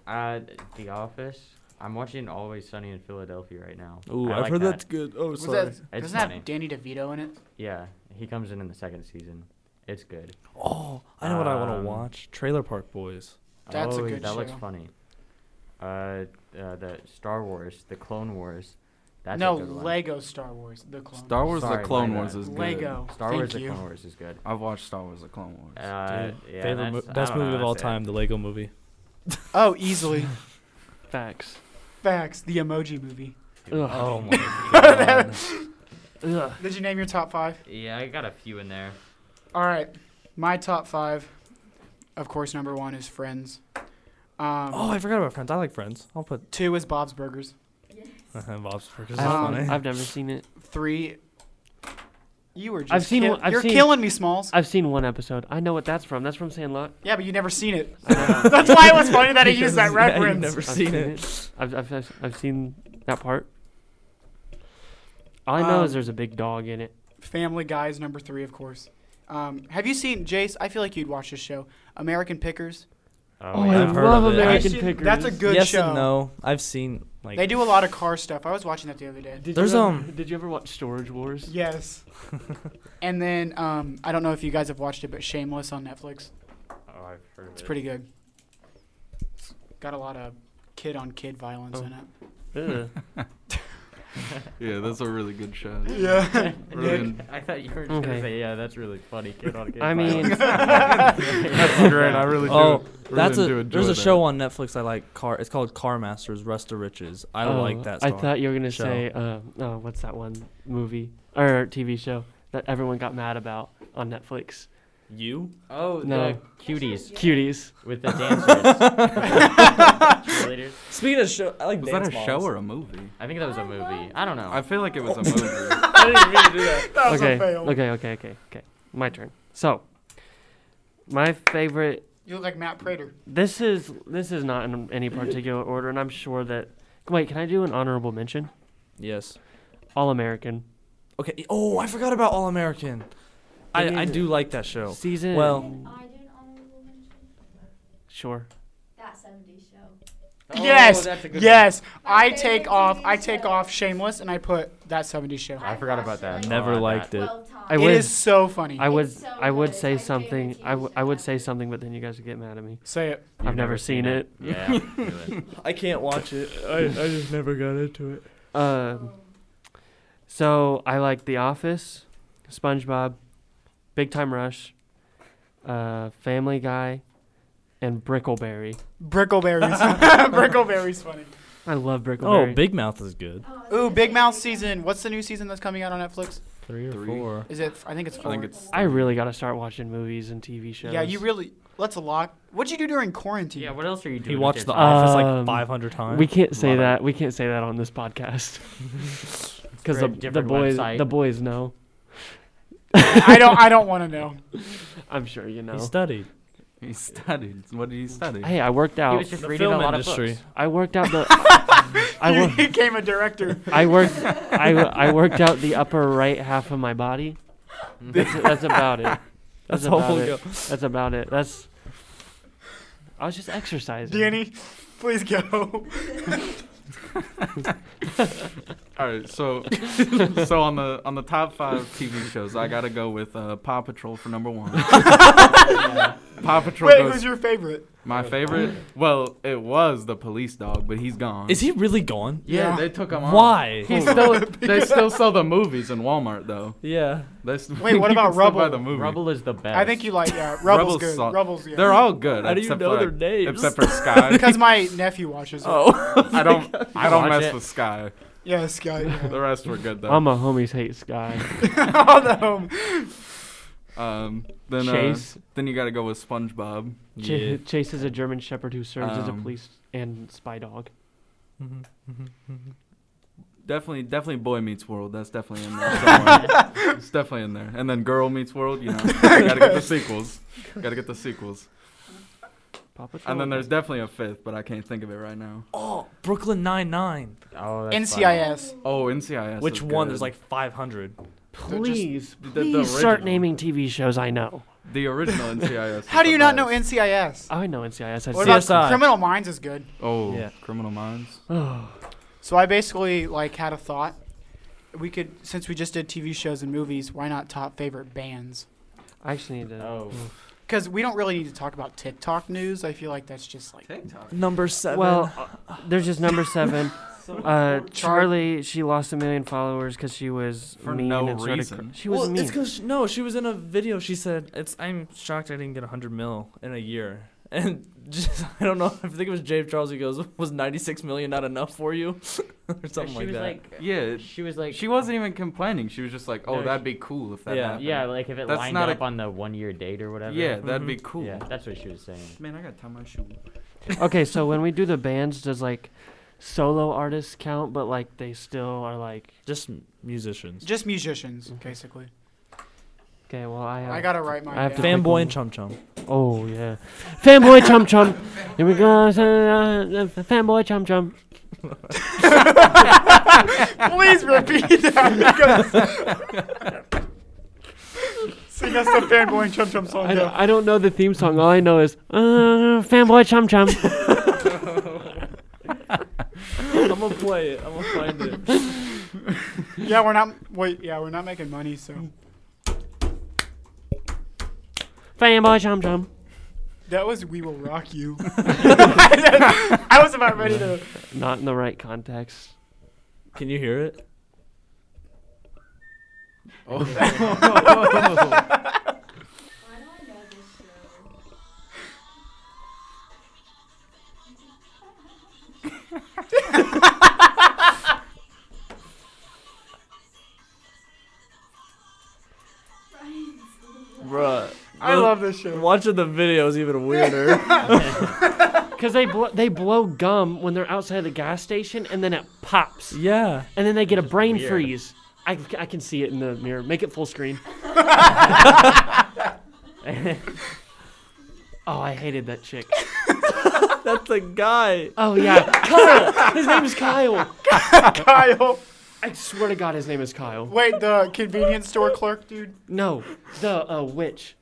S5: uh, The Office. I'm watching Always Sunny in Philadelphia right now.
S3: Ooh,
S5: I
S3: I've
S5: like
S3: heard
S5: that.
S3: that's good. Oh,
S4: was
S3: sorry.
S4: that,
S5: It's
S4: doesn't that
S5: funny.
S4: have Danny DeVito in it?
S5: Yeah, he comes in in the second season. It's good.
S3: Oh, I know what I want to
S5: Um,
S3: watch. Trailer Park Boys.
S4: That's a
S5: oh,
S4: good
S5: That looks
S4: show.
S5: funny. Uh, uh, the Star Wars, the Clone Wars. That's
S4: no,
S5: a good one.
S4: Lego Star Wars, the clone.
S2: Star Wars:
S5: Sorry,
S2: The
S5: my
S2: Clone
S5: bad.
S2: Wars is good.
S4: Lego.
S5: Star
S4: Thank
S5: Wars, the
S4: you.
S5: Clone Wars is good.
S2: I've watched Star Wars: The Clone Wars.
S5: Uh,
S3: Dude,
S5: yeah,
S3: favorite
S5: that's,
S3: mo-
S5: I
S3: best
S5: don't know,
S3: movie of all
S5: that's it.
S3: time, the Lego movie.
S4: Oh, easily.
S1: Facts.
S4: Facts. The Emoji Movie.
S1: Ugh.
S3: Oh my god.
S1: Ugh.
S4: Did you name your top five?
S5: Yeah, I got a few in there.
S4: All right, my top five. Of course, number one is Friends. Um,
S3: oh, I forgot about Friends. I like Friends. I'll put uh,
S4: Two is Bob's Burgers.
S3: Bob's Burgers.
S1: I
S3: is
S4: Um,
S1: don't-
S3: funny.
S1: Um, I've never seen it.
S4: Three. You were just.
S1: I've seen
S4: kill-
S1: one- I've
S4: you're
S1: seen-
S4: killing me, Smalls.
S1: I've seen one episode. I know what that's from. That's from Sandlot.
S4: yeah, but you never seen it.
S1: I know.
S4: That's why it was funny that I used that
S3: Because, yeah, you've
S4: reference.
S3: never
S1: I've
S3: seen it.
S1: I've, I've, I've, I've seen that part. All I know is
S4: Um,
S1: there's a big dog in it.
S4: Family Guy is number three, of course. Um, have you seen Jace? I feel like you'd watch this show, American Pickers.
S1: Oh,
S3: yeah.
S1: I
S3: I've heard
S1: love
S3: of it.
S1: American
S4: I should-
S1: Pickers.
S4: that's a good
S3: yes
S4: show.
S3: and no. I've seen like
S4: They do a lot of car stuff. I was watching that the other day.
S1: Did
S3: There's,
S1: you ever,
S3: um,
S1: Did you ever watch Storage Wars?
S4: Yes. and then um, I don't know if you guys have watched it, but Shameless on Netflix.
S5: Oh, I've heard of
S4: It's
S5: it.
S4: pretty good. It's got a lot of kid on kid violence
S1: Oh.
S4: in it.
S1: Ugh.
S2: Yeah, that's a really good show.
S4: Yeah.
S2: Really-
S5: I thought you were just
S1: Okay.
S5: gonna say, yeah, that's really funny. Kid on kid
S1: I mean-
S2: That's great. I really do.
S3: Oh,
S2: really
S3: that's
S2: do
S3: a
S2: enjoy
S3: there's a
S2: that.
S3: show on Netflix I like. Car it's called Car Masters Rest to Riches. I
S1: Oh,
S3: like that.
S1: I
S3: song.
S1: thought you were gonna
S3: show.
S1: say, uh, oh, what's that one movie or TV show that everyone got mad about on Netflix?
S3: you.
S5: oh,
S1: No.
S5: the cuties
S1: Cuties.
S5: with the dancers. Cheerleaders.
S3: Speaking of show, I like
S2: Was that
S3: dance
S2: a show
S3: moms.
S2: or a movie? Oh.
S5: I think that was a movie. I don't know.
S2: I feel like it was a movie.
S3: I didn't even mean to do that.
S4: That was
S1: okay.
S4: a fail.
S1: Okay. Okay. Okay. Okay. My turn. So, my favorite.
S4: You look like Matt Prater.
S1: This is this is not in any particular order, and I'm sure that. Wait, can I do an honorable mention?
S3: Yes.
S1: All American
S3: Okay. Oh, I forgot about All American. I,
S1: It
S3: I
S1: is
S3: do like that show.
S1: season.
S3: Well,
S6: Can I do an honorable mention?
S1: sure.
S6: That 70s show.
S5: Oh,
S4: yes.
S5: that's a good
S4: Yes.
S6: My
S4: I
S6: favorite
S4: take off. I
S6: TV
S4: take
S6: show.
S4: off Shameless and I put that 70s show.
S5: I forgot about that.
S3: Never
S5: Oh, I
S3: liked
S5: bet.
S3: it.
S6: 12 times.
S1: I
S4: It
S1: would-
S4: is so funny.
S1: I
S6: It's
S1: would
S6: so
S1: I would
S6: good.
S1: say
S6: It's my favorite
S1: something. I, w-
S6: TV
S1: I
S6: show
S1: would say
S6: ever.
S1: something, but then you guys would get mad at me.
S4: Say it.
S1: I've
S5: You've
S1: never seen
S5: Yeah. really.
S3: I can't watch it. I, I just never got into it.
S1: Um, so I like The Office, SpongeBob, Big Time Rush, uh, Family Guy, and Brickleberry.
S4: Brickleberry's Brickleberry's funny.
S1: I love
S3: Oh,
S1: Brickleberry.
S3: Big Mouth is good.
S6: Oh, I was
S4: Ooh,
S6: gonna
S4: Big
S6: say
S4: Mouth season. What's the new season that's coming out on Netflix?
S3: Three or
S2: Three.
S3: four.
S4: Is it? I think it's.
S2: I think
S4: four.
S2: it's-
S1: I really gotta start watching movies and TV shows.
S4: Yeah, you really. Let's lock. What'd you do during quarantine?
S5: Yeah. What else are you doing?
S3: He
S5: with
S3: watched
S5: your
S3: The
S5: time?
S3: Office
S1: Um,
S3: like 500 times.
S1: We can't say
S5: Love it.
S1: that. We can't say that on this podcast because
S5: For
S1: the, the
S5: a different
S1: boys
S5: website.
S1: the boys know.
S4: I don't. I don't want to know.
S1: I'm sure you know.
S3: He studied.
S2: He studied. What did he study?
S1: Hey, I worked
S5: He
S1: out.
S5: was just
S3: The
S5: reading a
S3: film
S5: lot
S3: industry.
S5: of books.
S1: I worked out the. I,
S4: you
S1: wor-
S4: became a director.
S1: I worked. I, wo- I worked out the upper right half of my body. That's, that's about it. That's,
S3: That's
S1: about
S3: all we
S1: it.
S3: go.
S1: That's about it. That's. I was just exercising.
S4: Danny, please go.
S2: All right, so so on the on the top five TV shows, I gotta go with uh, Paw Patrol for number one. Paw Patrol
S4: Wait,
S2: goes
S4: who's your favorite?
S2: my favorite. Well, it was the police dog, but he's gone.
S3: Is he really gone?
S2: Yeah,
S4: Yeah.
S2: they took him off.
S3: Why?
S2: They still, they still sell the movies in Walmart though.
S3: yeah.
S2: They s-
S4: Wait, what
S2: you
S4: about
S2: can still buy
S4: Rubble?
S2: the movie.
S5: Rubble is the best.
S4: I think you like. Yeah, Rubble's
S2: Rubble's
S4: good.
S2: solid.
S4: Rubble's good.
S2: They're all good.
S3: How do you
S2: except
S3: know
S2: for,
S3: their names?
S2: Except for Sky.
S4: because my nephew watches. it.
S3: Oh.
S2: I don't I don't
S5: watch
S2: mess
S5: it.
S2: with Sky.
S4: Yes, guy.
S2: The rest were good though.
S1: I'm a homies hate Sky.
S4: all the home.
S2: um, then uh,
S1: Chase.
S2: then you gotta go with SpongeBob.
S1: Ch- Chase is a German Shepherd who serves as a
S2: Um,
S1: police and spy dog.
S2: Definitely, definitely, Boy Meets World. That's definitely in there. somewhere. it's definitely in there. And then Girl Meets World. You know, you gotta get the sequels. Gotta get the sequels.
S1: Paw Patrol.
S2: And then there's definitely a fifth, but I can't think of it right now.
S3: Oh, Brooklyn Nine Nine.
S5: Oh, that's funny.
S4: NCIS.
S2: Oh, NCIS.
S3: Which
S2: is
S3: one?
S2: good.
S3: There's like 500.
S1: please,
S2: The- the
S1: please start
S2: original.
S1: naming TV shows I know. Oh,
S2: the original NCIS. is
S4: How do
S2: the
S4: you not know
S2: best.
S4: NCIS?
S1: I know NCIS. Uh, I
S4: What
S1: see.
S4: about
S3: CSI.
S4: Criminal Minds is good.
S2: Oh,
S3: Yeah.
S2: Criminal Minds.
S1: Oh,
S4: So I basically like had a thought. We could, since we just did TV shows and movies, why not top favorite bands?
S1: I actually need to.
S5: Oh.
S4: Because we don't really need to talk about TikTok news. I feel like that's just like
S2: TikTok.
S3: Number seven.
S1: Well, uh, there's just number seven. Uh, Charlie, she lost a million followers because she was
S2: For
S1: mean
S2: no
S1: and started
S2: reason.
S1: cr- she was
S3: well,
S1: mean.
S3: it's because no, she was in a video. She said, "It's I'm shocked I didn't get 100 mil in a year." And just, I don't know. I think it was Jay Charles who goes, "Was 96 million not enough for you?" or something
S5: she
S3: like
S5: was
S3: that.
S5: like.
S2: Yeah, it-
S5: She was like.
S2: she wasn't even complaining. She was just like, "Oh,
S5: No,
S2: that'd
S5: she-
S2: be cool if that
S3: Yeah.
S2: happened."
S5: Yeah, like if it
S2: That's
S5: lined
S2: not a-
S5: up on the one-year date or whatever. Mm-hmm.
S2: yeah, that'd be
S3: Mhm.
S2: cool.
S5: Yeah, that's what she was saying.
S2: Man, I gotta tie my shoe.
S1: okay, so when we do the bands, does like solo artists count, but like they still are like,
S3: just musicians.
S4: just musicians, basically.
S1: okay, well I have.
S4: I gotta write
S1: I
S4: my.
S1: have to
S4: down.
S1: think-
S3: Fanboy and Chum Chum.
S1: oh yeah, fanboy chum chum. Here we go, uh, fanboy chum chum.
S4: Please repeat that. because- Sing us the fanboy chum chum song.
S1: I, don't-
S4: though.
S1: I don't know the theme song. All I know is uh, fanboy chum chum.
S3: I'm gonna play it. I'm gonna find it.
S4: Yeah, we're not. Wait, yeah, we're not making money, so
S1: fanboy chum chum.
S4: that was "We Will Rock You." I was about ready to.
S1: Not in the right context.
S3: Can you hear it?
S6: Why do I know this show?
S3: Bruh.
S4: I love this show.
S3: Watching the video is even weirder.
S1: Because they blo- they blow gum when they're outside of the gas station, and then it pops,
S3: yeah.
S1: and then they get a brain
S5: weird.
S1: freeze. I, I can see it in the mirror. Make it full screen. oh, I hated that chick.
S3: That's a guy.
S1: Oh yeah, Kyle. His name is Kyle.
S4: Kyle,
S1: I swear to God, his name is Kyle.
S4: wait, the convenience store clerk, dude.
S1: No, the uh, witch.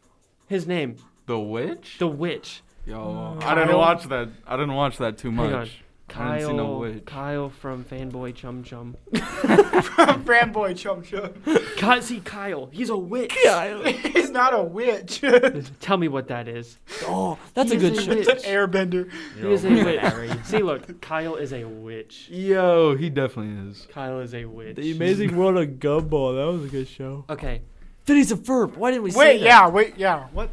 S1: His name,
S2: The witch?
S1: the witch.
S2: Yo, I didn't
S1: Kyle?
S2: watch that. I didn't watch that too
S1: Hang
S2: much. I didn't
S1: Kyle.
S2: see no witch.
S1: Kyle from Fanboy Chum Chum.
S4: Fanboy chum chum.
S1: Ky- see Kyle. He's a witch.
S4: He's not a witch.
S1: Tell me what that is.
S3: Oh, that's
S1: He
S3: a
S1: is
S3: good
S1: a
S3: show.
S1: witch.
S4: It's an airbender.
S1: He is a witch. See, look, Kyle is a witch.
S2: Yo, he definitely is.
S1: Kyle is a witch.
S3: The Amazing World of Gumball. That was a good show.
S1: Okay,
S3: Fiddy's a verb. Why didn't we say
S4: Wait,
S3: that?
S4: yeah, wait, yeah. What?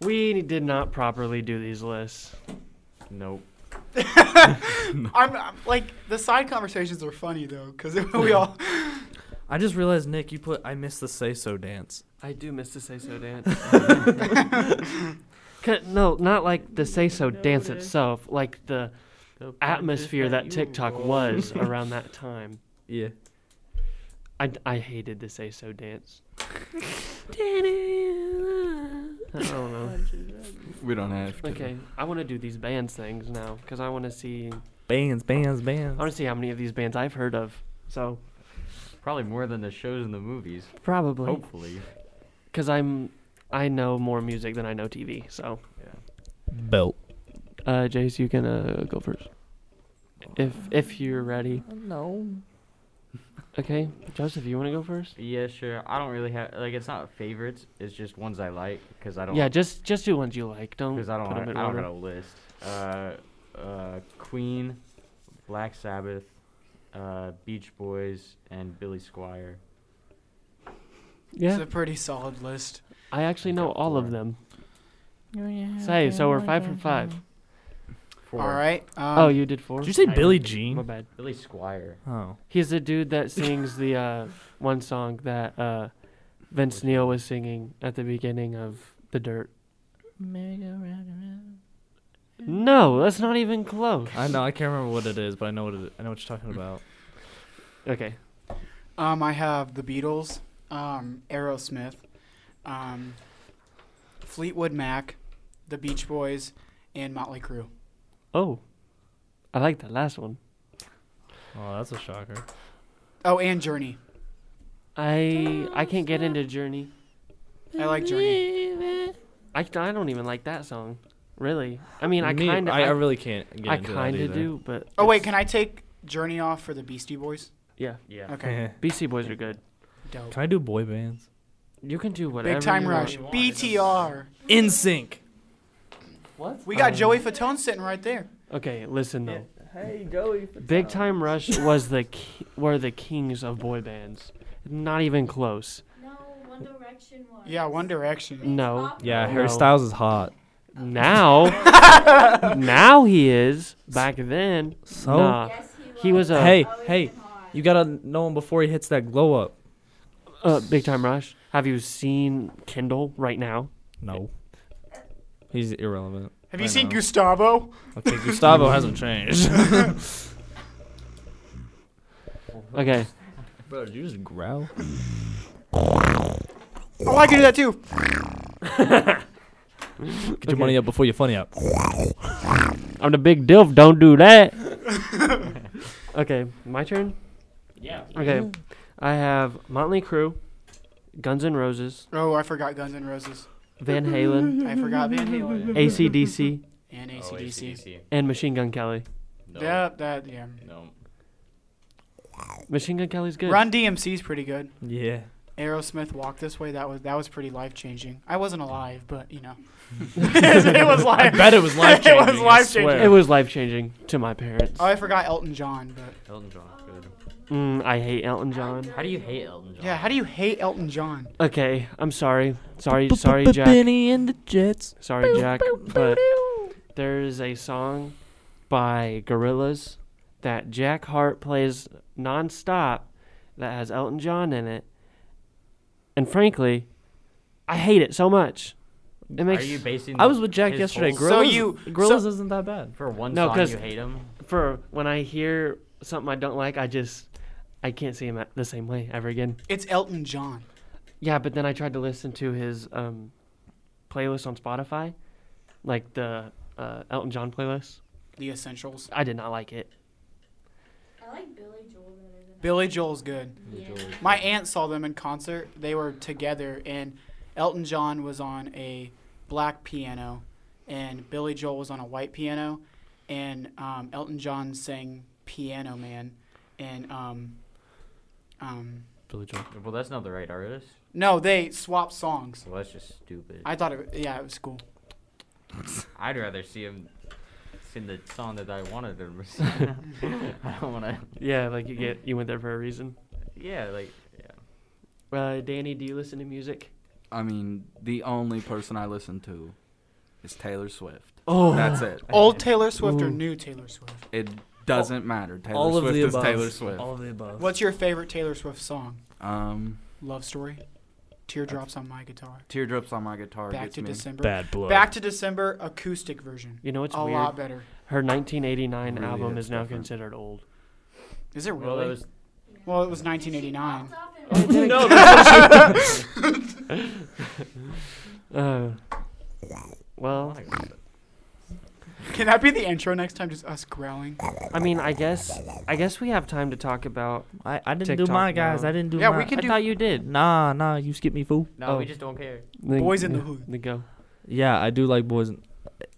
S1: we did not properly do these lists.
S5: Nope.
S4: I'm, I'm like the side conversations are funny though, because we all.
S3: I just realized, Nick, you put I miss the say so dance.
S1: I do miss the say so dance. no, not like the say so dance itself, like the atmosphere that TikTok was around that time.
S3: Yeah.
S1: I, I hated the say so dance. I don't know.
S2: We don't have to.
S1: Okay, I want to do these bands things now because I want to see
S3: Bands, bands,
S1: I
S3: bands.
S1: want to see how many of these bands I've heard of. So
S5: Probably more than the shows and the movies.
S1: probably
S5: Hopefully.
S1: because I'm I know more music than I know TV. So
S7: Belt.
S1: uh, Jace, you can uh, go first if if you're ready.
S3: No.
S1: Okay, Joseph, you want to go first?
S5: Yeah, sure. I don't really have like it's not favorites. It's just ones I like because I don't.
S1: Yeah, just just do ones you like. Don't
S5: because I don't.
S1: put
S5: I, I
S1: them in
S5: don't
S1: order.
S5: got a list. Uh, uh, Queen, Black Sabbath, uh, Beach Boys, and Billy Squire.
S1: Yeah,
S4: It's a pretty solid list.
S1: I actually know
S5: got
S1: all of
S5: four.
S1: them. Say so we're five for five.
S5: Four.
S4: All right. Um,
S1: oh, you did four.
S3: Did you say
S5: I-
S3: Billy
S1: My
S3: Jean?
S1: bad.
S5: Billy Squire.
S3: Oh.
S1: He's the dude that sings the uh, one song that uh, Vince Neil was singing at the beginning of The Dirt. No, that's not even close.
S3: I know. I can't remember what it is, but I know what it is. I know what you're talking about.
S1: Okay.
S4: Um, I have the Beatles, um, Aerosmith, um, Fleetwood Mac, the Beach Boys, and Motley Crue.
S1: Oh, I like that last one.
S3: Oh, that's a shocker.
S4: Oh, and Journey.
S1: I I can't get into Journey.
S4: I like Journey.
S1: I, I don't even like that song, really. I mean, I
S3: Me-
S1: kind of
S3: I, I
S1: I,
S3: really can't. Get
S1: I
S3: into that
S1: kind of
S3: either.
S1: do, but
S4: Oh wait, can I take Journey off for the Beastie Boys?
S1: yeah,
S5: Yeah.
S4: Okay,
S1: BC Boys are good.
S4: dope.
S3: Can I do boy bands?
S1: You can do whatever.
S4: Big Time
S1: you
S4: Rush,
S1: want.
S4: BTR.
S3: In sync.
S1: What?
S4: We got
S1: Um,
S4: Joey Fatone sitting right there.
S1: Okay, listen though.
S7: Hey, Joey.
S1: Big Time Rush was the ki- were the kings of boy bands. Not even close.
S6: No, One Direction was.
S4: Yeah, One Direction.
S1: No.
S3: Yeah,
S1: No.
S3: Harry Styles is hot.
S1: Now, now he is. Back then,
S3: So
S1: nah.
S6: Yes, he
S1: Uh,
S6: was.
S1: He was a
S3: Hey,
S6: Always
S3: hey,
S6: been hot.
S3: you gotta know him before he hits that glow up.
S1: uh, Big Time Rush. Have you seen Kindle right now?
S3: No. He's irrelevant.
S4: Have you
S3: I
S4: seen
S3: know.
S4: Gustavo?
S3: Okay, Gustavo hasn't changed.
S1: Okay.
S3: Bro, did you just growl?
S4: Oh, I can do that too.
S3: Get your money up before your funny up.
S1: I'm the big diff. Don't do that. okay, my turn.
S5: Yeah.
S3: Mm-hmm.
S1: Okay, I have Motley Crue, Guns N' Roses,
S4: Oh, I forgot Guns N' Roses.
S1: Van Halen,
S4: I forgot Van Halen
S1: AC/DC,
S4: and
S5: Oh,
S4: ACDC.
S5: AC/DC.
S1: and Machine Gun Kelly.
S5: No.
S4: Yep, that yeah.
S5: No.
S1: Machine Gun Kelly's good.
S4: Run DMC's pretty good.
S3: Yeah.
S4: Aerosmith Walk This Way. That was that was pretty life changing. I wasn't alive, but you know, it
S3: I
S4: was life.
S3: bet it was life changing.
S4: it was life changing.
S1: It was life changing to my parents.
S4: Oh, I forgot Elton John, but
S5: Elton John's
S6: Um,
S5: good.
S1: Mm, I hate Elton John.
S5: How do you hate Elton John?
S4: yeah. How do you hate Elton John?
S1: Okay, I'm sorry. Sorry, sorry, Jack.
S3: and the Jets.
S1: Sorry, Jack. But there is a song by Gorillaz that Jack Hart plays nonstop that has Elton John in it. And frankly, I hate it so much. It
S5: Are
S1: makes
S5: you basing?
S3: I was with Jack
S5: his
S3: yesterday.
S5: whole-
S4: Oh, So
S3: Gorillas,
S4: you-
S3: Gorillas
S4: so-
S3: isn't that bad.
S5: for one
S1: No,
S5: song
S1: 'cause-
S5: you hate him.
S1: for when I hear something I don't like, I just I can't see him at the same way ever again.
S4: It's Elton John.
S1: Yeah, but then I tried to listen to his um, playlist on Spotify, like the uh, Elton John playlist.
S4: The Essentials.
S1: I did not like it.
S6: I like Billy Joel better than
S4: Billy Joel's good.
S6: Yeah.
S4: My aunt saw them in concert. They were together, and Elton John was on a black piano, and Billy Joel was on a white piano, and um, Elton John sang "Piano Man," and um, um,
S1: Billy Joel.
S5: Well, that's not the right artist.
S4: no, they swapped songs.
S5: Well, that's just stupid.
S4: I thought, it, yeah, it was cool.
S5: I'd rather see him sing the song that I wanted him to sing. I don't want to.
S1: Yeah, like you get you went there for a reason.
S5: Yeah, like. Yeah.
S1: Uh, Danny, do you listen to music?
S2: I mean, the only person I listen to is Taylor Swift.
S1: Oh,
S2: That's it.
S4: Old Taylor Swift or
S1: Ooh.
S4: new Taylor Swift?
S2: It doesn't matter. Taylor
S3: All
S2: Swift
S3: of the
S2: is
S3: above.
S2: Taylor Swift.
S3: All of the above.
S4: What's your favorite Taylor Swift song?
S2: Um,
S4: Love Story, Teardrops on My Guitar,
S2: teardrops on my guitar
S4: Back
S2: gets
S4: to
S2: me.
S4: December,
S7: Bad blood.
S4: Back to December acoustic version.
S1: you know what's
S4: a
S1: weird?
S4: lot better.
S1: Her 1989
S2: Really,
S1: album
S2: that's
S1: is now
S2: different.
S1: considered old.
S4: Is it really?
S5: Well, that was
S4: Well, it was 1989. Oh,
S1: no. uh, well,
S4: Can that be the intro next time? Just us growling.
S1: I mean, I guess I guess we have time to talk about.
S3: I, I didn't
S1: TikTok
S3: do mine, guys.
S1: now.
S3: I didn't do
S4: Yeah,
S3: mine.
S4: we can
S3: I
S4: do-
S3: thought you did. Nah, nah. You skipped me, fool.
S5: no,
S1: Oh.
S5: we just don't care.
S1: The,
S4: Boys in the Hood.
S1: The go.
S3: Yeah, I do like boys in,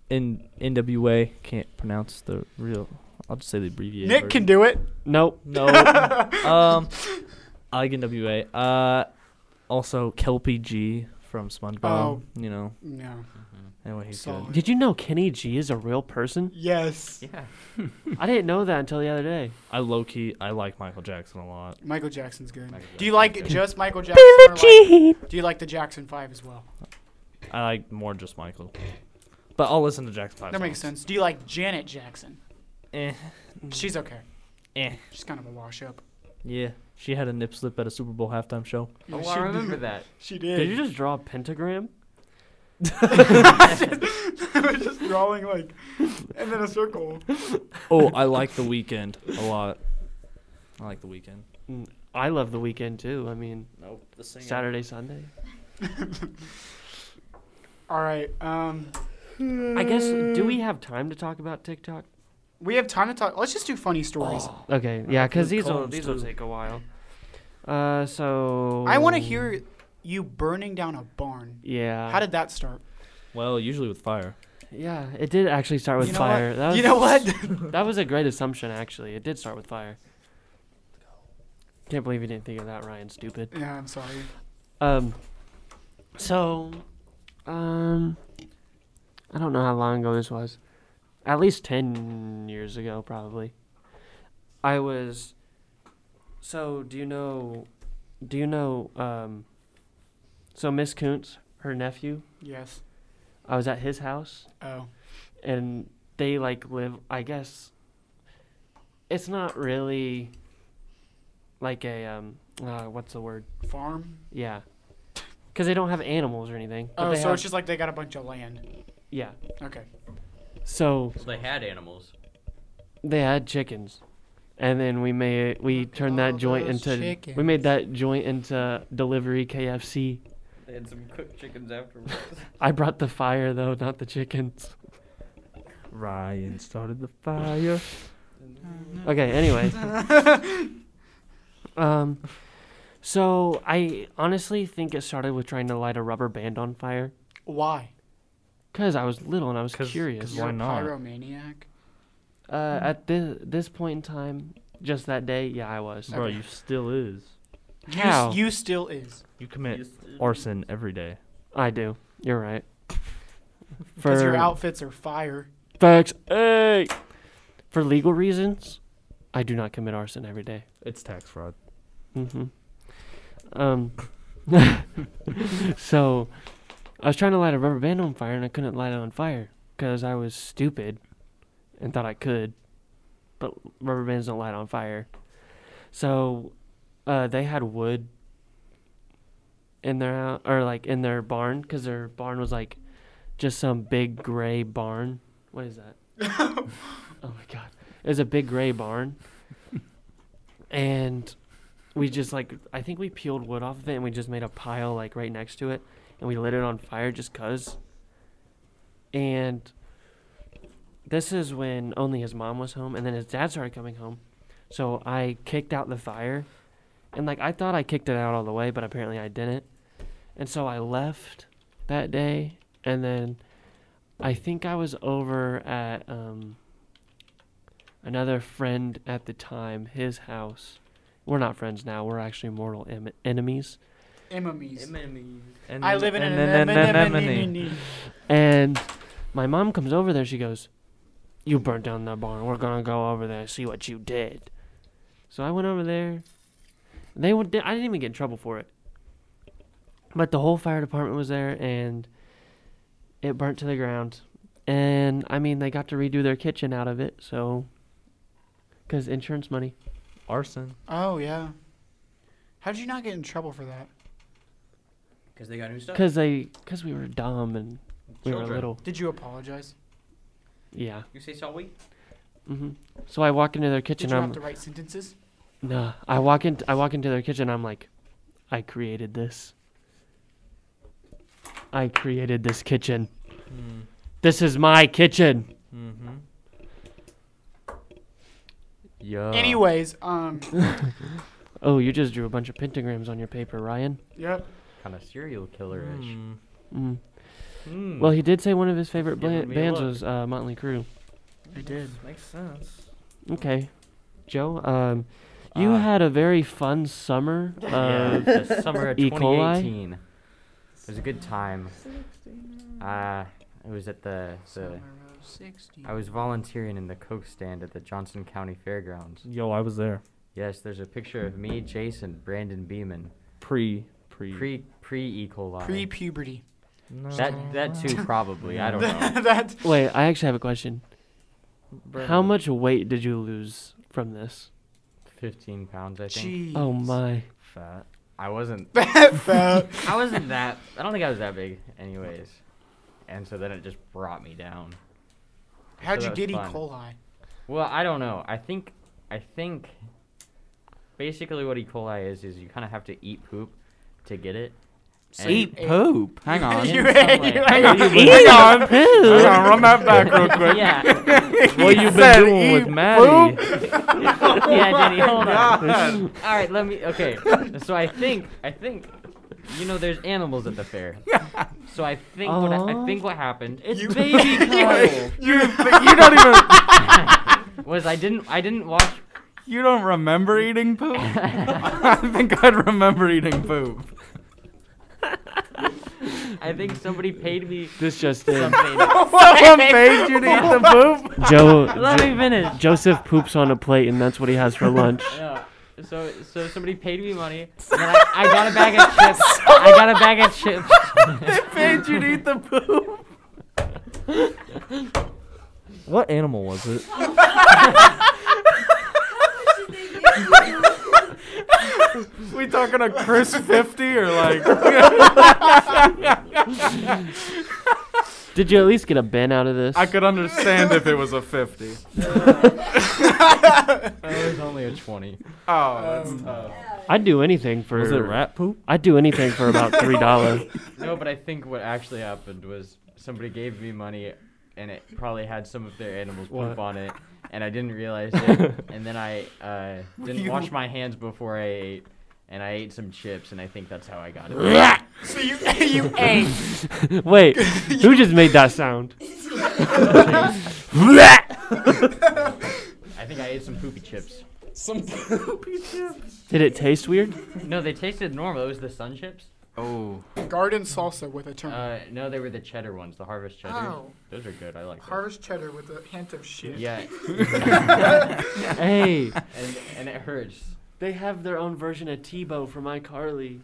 S3: in NWA. Can't pronounce the real. I'll just say the abbreviated.
S4: Nick can do it.
S1: Nope.
S3: No. um, I like NWA. Uh, also Kelpie G from SpongeBob.
S4: Oh.
S3: You know,
S4: No.
S3: anyway, he's
S4: Solid.
S3: good.
S1: Did you know Kenny G is a real person?
S4: Yes.
S5: Yeah.
S1: I didn't know that until the other day.
S3: I low key, I like Michael Jackson a lot.
S4: Michael Jackson's good.
S5: Michael
S4: do you
S5: Jackson's
S4: like
S5: good.
S4: just Michael Jackson? or like, do you like the Jackson Five as well?
S3: I like more just Michael. But I'll listen to Jackson Five.
S4: That makes
S3: songs.
S4: sense. Do you like Janet Jackson?
S3: Eh,
S4: She's okay.
S3: eh.
S4: She's kind of a wash up.
S3: Yeah, she had a nip slip at a Super Bowl halftime show.
S5: Oh, I remember that.
S4: She did.
S1: Did you just draw a pentagram?
S4: I was just drawing like, and then a circle.
S3: Oh, I like The Weekend a lot. I like The Weekend.
S1: I love the weekend too. I mean,
S3: Nope, the singer.
S1: Saturday, Sunday.
S4: All right. Um,
S1: I guess. Do we have time to talk about TikTok?
S4: we have time to talk. Let's just do funny stories.
S1: Okay. Yeah, because
S3: Good
S1: these will
S3: call,
S1: these will
S3: too.
S1: take a while. Uh, so.
S4: I want to hear you burning down a barn.
S1: Yeah.
S4: How did that start?
S3: Well, usually with fire.
S1: Yeah, it did actually start with
S4: You know what?
S1: fire. That was,
S4: You know what?
S1: That was a great assumption, actually. It did start with fire. Can't believe you didn't think of that, Ryan. Stupid.
S4: yeah, I'm sorry.
S1: Um. So, um, I don't know how long ago this was. At least ten years ago, probably. I was. So do you know? Do you know? Um. So Miss Kuntz, her nephew.
S4: Yes.
S1: I was at his house,
S4: Oh.
S1: and they like live. I guess. It's not really. Like a um. Uh, what's the word?
S4: Farm?
S1: Yeah. Because they don't have animals or anything. but
S4: Oh,
S1: they
S4: so
S1: have-
S4: it's just like they got a bunch of land.
S1: yeah.
S4: Okay.
S1: So
S5: So they had animals.
S1: they had chickens, and then we made we
S4: Look at
S1: turned that
S4: all
S1: joint
S4: those
S1: into we made that joint into delivery KFC.
S5: They had some cooked chickens afterwards.
S1: I brought the fire though, not the chickens.
S3: Ryan started the fire.
S1: Okay. Anyway. um. So I honestly think it started with trying to light a rubber band on fire
S4: Why?
S1: because I was little and I was
S3: 'Cause-
S1: curious.
S3: 'cause
S4: You're
S3: Why
S4: a
S3: not?
S4: pyromaniac.
S1: Uh, at this this point in time, just that day, yeah, I was.
S4: Right.
S1: Right.
S3: Bro, you still is.
S4: You s-
S1: How?
S4: You, still is.
S3: You commit arson every day.
S1: I do. You're right. For
S4: Because your outfits are fire.
S1: facts, hey, for legal reasons, I do not commit arson every day.
S3: It's tax fraud.
S1: Mm-hmm. Um. so, I was trying to light a rubber band on fire, and I couldn't light it on fire because I was stupid and thought I could. But rubber bands don't light on fire. So, uh, they had wood in their hou- or like in their barn because their barn was like just some big gray barn. What is that? oh my god! It was a big gray barn, and we just like I think we peeled wood off of it and we just made a pile like right next to it and we lit it on fire just cuz. And this is when only his mom was home and then his dad started coming home. So I kicked out the fire. And like I thought I kicked it out all the way, but apparently I didn't. And so I left that day and then I think I was over at um another friend at the time, his house we're not friends now. We're actually mortal em- enemies.
S4: Enemies.
S3: And
S4: I live in
S3: and
S4: an E.
S3: then- and then- and then-
S5: E.
S4: anemone.
S1: And my mom comes over there. She goes, "You burnt down the barn. We're gonna go over there and see what you did." So I went over there. They would. I didn't even get in trouble for it. But the whole fire department was there, and it burnt to the ground. And I mean, they got to redo their kitchen out of it, so because insurance money.
S3: Arson.
S4: Oh yeah. How did you not get in trouble for that?
S8: Because they got new stuff.
S1: Because they, because we were dumb and we were
S8: Children.
S1: little.
S4: Did you apologize?
S1: Yeah.
S8: You say so we?
S1: hmm So I walk into their kitchen.
S4: Did you
S1: I'm
S4: have to write sentences?
S1: Nah, I walk in. I walk into their kitchen. I'm like, I created this. I created this kitchen. This is my kitchen.
S3: Mm-hmm.
S5: Yo.
S4: Anyways, um,
S1: Oh, you just drew a bunch of pentagrams on your paper, Ryan.
S4: yep.
S5: Kind of serial
S3: Hmm.
S5: killer-ish.
S1: Mm.
S3: Mm.
S1: Well, he did say one of his favorite
S5: Giving
S1: bla-
S5: Hmm. me a
S1: bands
S5: look.
S1: was uh, Motley Crue.
S4: I did.
S3: makes sense.
S1: Okay, Joe. Um, you
S5: Uh,
S1: had a very fun summer.
S5: Yeah,
S1: Of,
S5: uh, the summer of
S1: E. coli?
S5: 2018. It was a good time. Uh, it was at the, the I was volunteering in the Coke stand at the Johnson County Fairgrounds.
S3: Yo, I was there.
S5: Yes, there's a picture of me, Jason, Brandon Beeman,
S3: Pre, pre,
S5: pre pre E. coli.
S4: Pre puberty.
S3: No.
S5: that that too probably. I don't know.
S4: that
S1: wait, I actually have a question.
S3: Bro.
S1: How much weight did you lose from this?
S5: Fifteen pounds, I think.
S4: gee.
S1: Oh my.
S5: Fat. I wasn't.
S4: That felt.
S5: I wasn't that. I don't think I was that big, anyways. And so then it just brought me down.
S4: How'd
S5: So
S4: you
S5: that was
S4: get E.
S5: fun.
S4: coli?
S5: Well, I don't know. I think I think basically what E. coli is is you kind of have to eat poop to get it.
S4: So you
S2: Eat
S4: ate-
S2: poop. Hang on.
S4: you
S5: in
S4: ate-
S5: some
S4: you
S5: way.
S4: ate-
S1: Eat on
S2: Hang on, run that back real quick.
S5: yeah,
S3: What you been
S2: said
S3: doing with
S2: eat
S3: Maddie?
S5: yeah, Jenny, hold on.
S2: God.
S5: All right, let me. Okay, so I think I think you know there's animals at the fair. So I think what I,
S1: Aw.
S5: I think what happened
S1: It's baby Kyle.
S2: You, you don't even.
S5: was I didn't I didn't watch.
S2: You don't remember eating poop? I think I'd remember eating poop.
S5: I think somebody paid me
S1: This just in.
S5: something.
S2: Someone paid you to eat the poop?
S1: Joe.
S5: let me finish.
S1: Joseph poops on a plate, and that's what he has for lunch.
S5: Yeah. So so somebody paid me money, and then I, I got a bag of chips. I got a bag of chips.
S2: Paid you to eat the poop?
S3: What animal was it?
S2: We talking a Chris 50 or like.
S1: Did you at least get a bin out of this?
S2: I could understand if it was a 50.
S5: It was only a twenty.
S2: Oh, that's tough.
S1: would do anything for.
S3: Was it rat poop?
S1: I'd do anything for about three dollars.
S5: No, but I think what actually happened was somebody gave me money, and it probably had some of their animals poop
S1: What?
S5: on it, and I didn't realize it. and then I uh, didn't wash my hands before I ate,
S9: and I ate some chips, and I think that's how I got it.
S4: So you you ate.
S1: Wait, who just made that sound?
S9: I think I ate some poopy chips.
S3: Some poopy chips.
S1: Did it taste weird?
S9: No, they tasted normal. It was the sun chips.
S2: Oh,
S4: Garden salsa with a turnip.
S9: Uh, no, they were the cheddar ones, the harvest cheddar.
S4: Oh.
S9: Those are good. I like those.
S4: Harvest cheddar with a hint of shit.
S9: Yeah,
S1: hey,
S9: and and it hurts.
S1: they have their own version of Tebow from iCarly.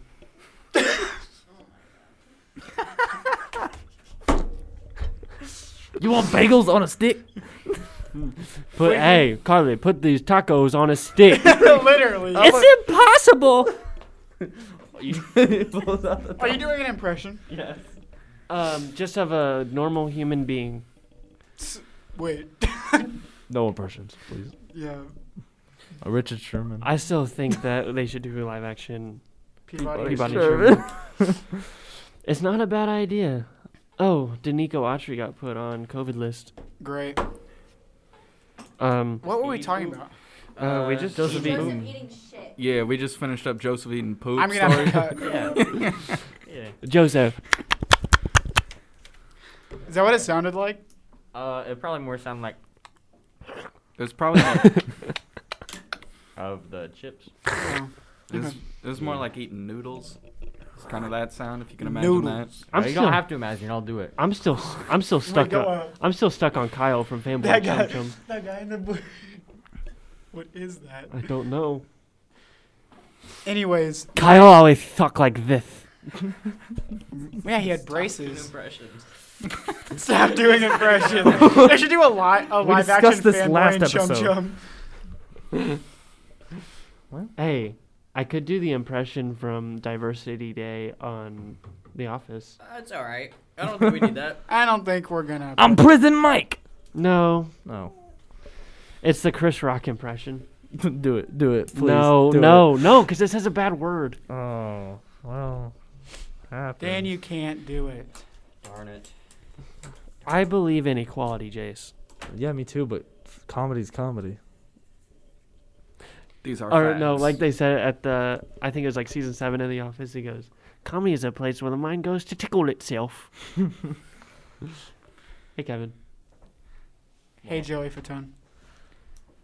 S3: You want bagels on a stick?
S1: Put hey Carly, put these tacos on a stick.
S4: Literally.
S1: Oh.
S3: it's impossible.
S4: Are you doing an impression?
S1: um, just of a normal human being.
S4: Wait.
S3: No impressions, please.
S4: Yeah.
S3: Richard Sherman.
S1: I still think that they should do a live action
S4: Peabody.
S1: Peabody Sherman. it's not a bad idea. Oh, Danico Autry got put on COVID list.
S4: Great.
S1: Um,
S4: What were we talking about?
S1: uh, we just
S6: He
S1: Joseph
S6: wasn't
S1: Eaton.
S6: eating shit.
S2: yeah. We just finished up Joseph eating poop.
S4: I'm gonna have to
S2: story.
S4: cut.
S1: Joseph.
S4: Is that what it sounded like?
S5: Uh, it probably more sound like
S2: It's probably like,
S5: of the chips.
S2: it's, it's more like eating noodles. It's kind of that sound if you can imagine
S4: Noodles.
S1: I'm
S5: you
S1: still,
S5: don't have to imagine. I'll do it.
S1: I'm still, s- I'm still stuck.
S4: go
S1: On,
S4: up.
S1: I'm still stuck on Kyle from Fanboy
S4: That guy.
S1: Chum Chum.
S4: That guy in the blue. What is that?
S1: I don't know.
S4: Anyways,
S1: Kyle always talk like this.
S4: yeah, he had braces.
S8: Impressions.
S4: Stop doing impressions. they should do a, li- a
S3: We
S4: live action
S3: discussed this
S4: fanboy
S3: last
S4: and chum
S3: episode.
S4: chum.
S1: Hey, I could do the impression from Diversity Day on The Office.
S8: That's all right. I don't think we need that.
S4: I don't think we're gonna.
S3: I'm Prison Mike.
S1: No,
S3: No.
S1: it's the Chris Rock impression.
S3: do it. Do it, please.
S1: no,
S3: do
S1: no, no, because it says a bad word.
S3: It. Oh, well. Happens.
S4: Dan, you can't do it.
S9: Darn it.
S1: I believe in equality, Jace.
S3: Yeah, me too, but comedy's comedy.
S2: that. These are.
S1: Or no,
S2: facts.
S1: like they said at the, I think it was like season seven of The Office. He goes, "Comedy is a place where the mind goes to tickle itself." hey, Kevin.
S4: Hey, Joey Fatone.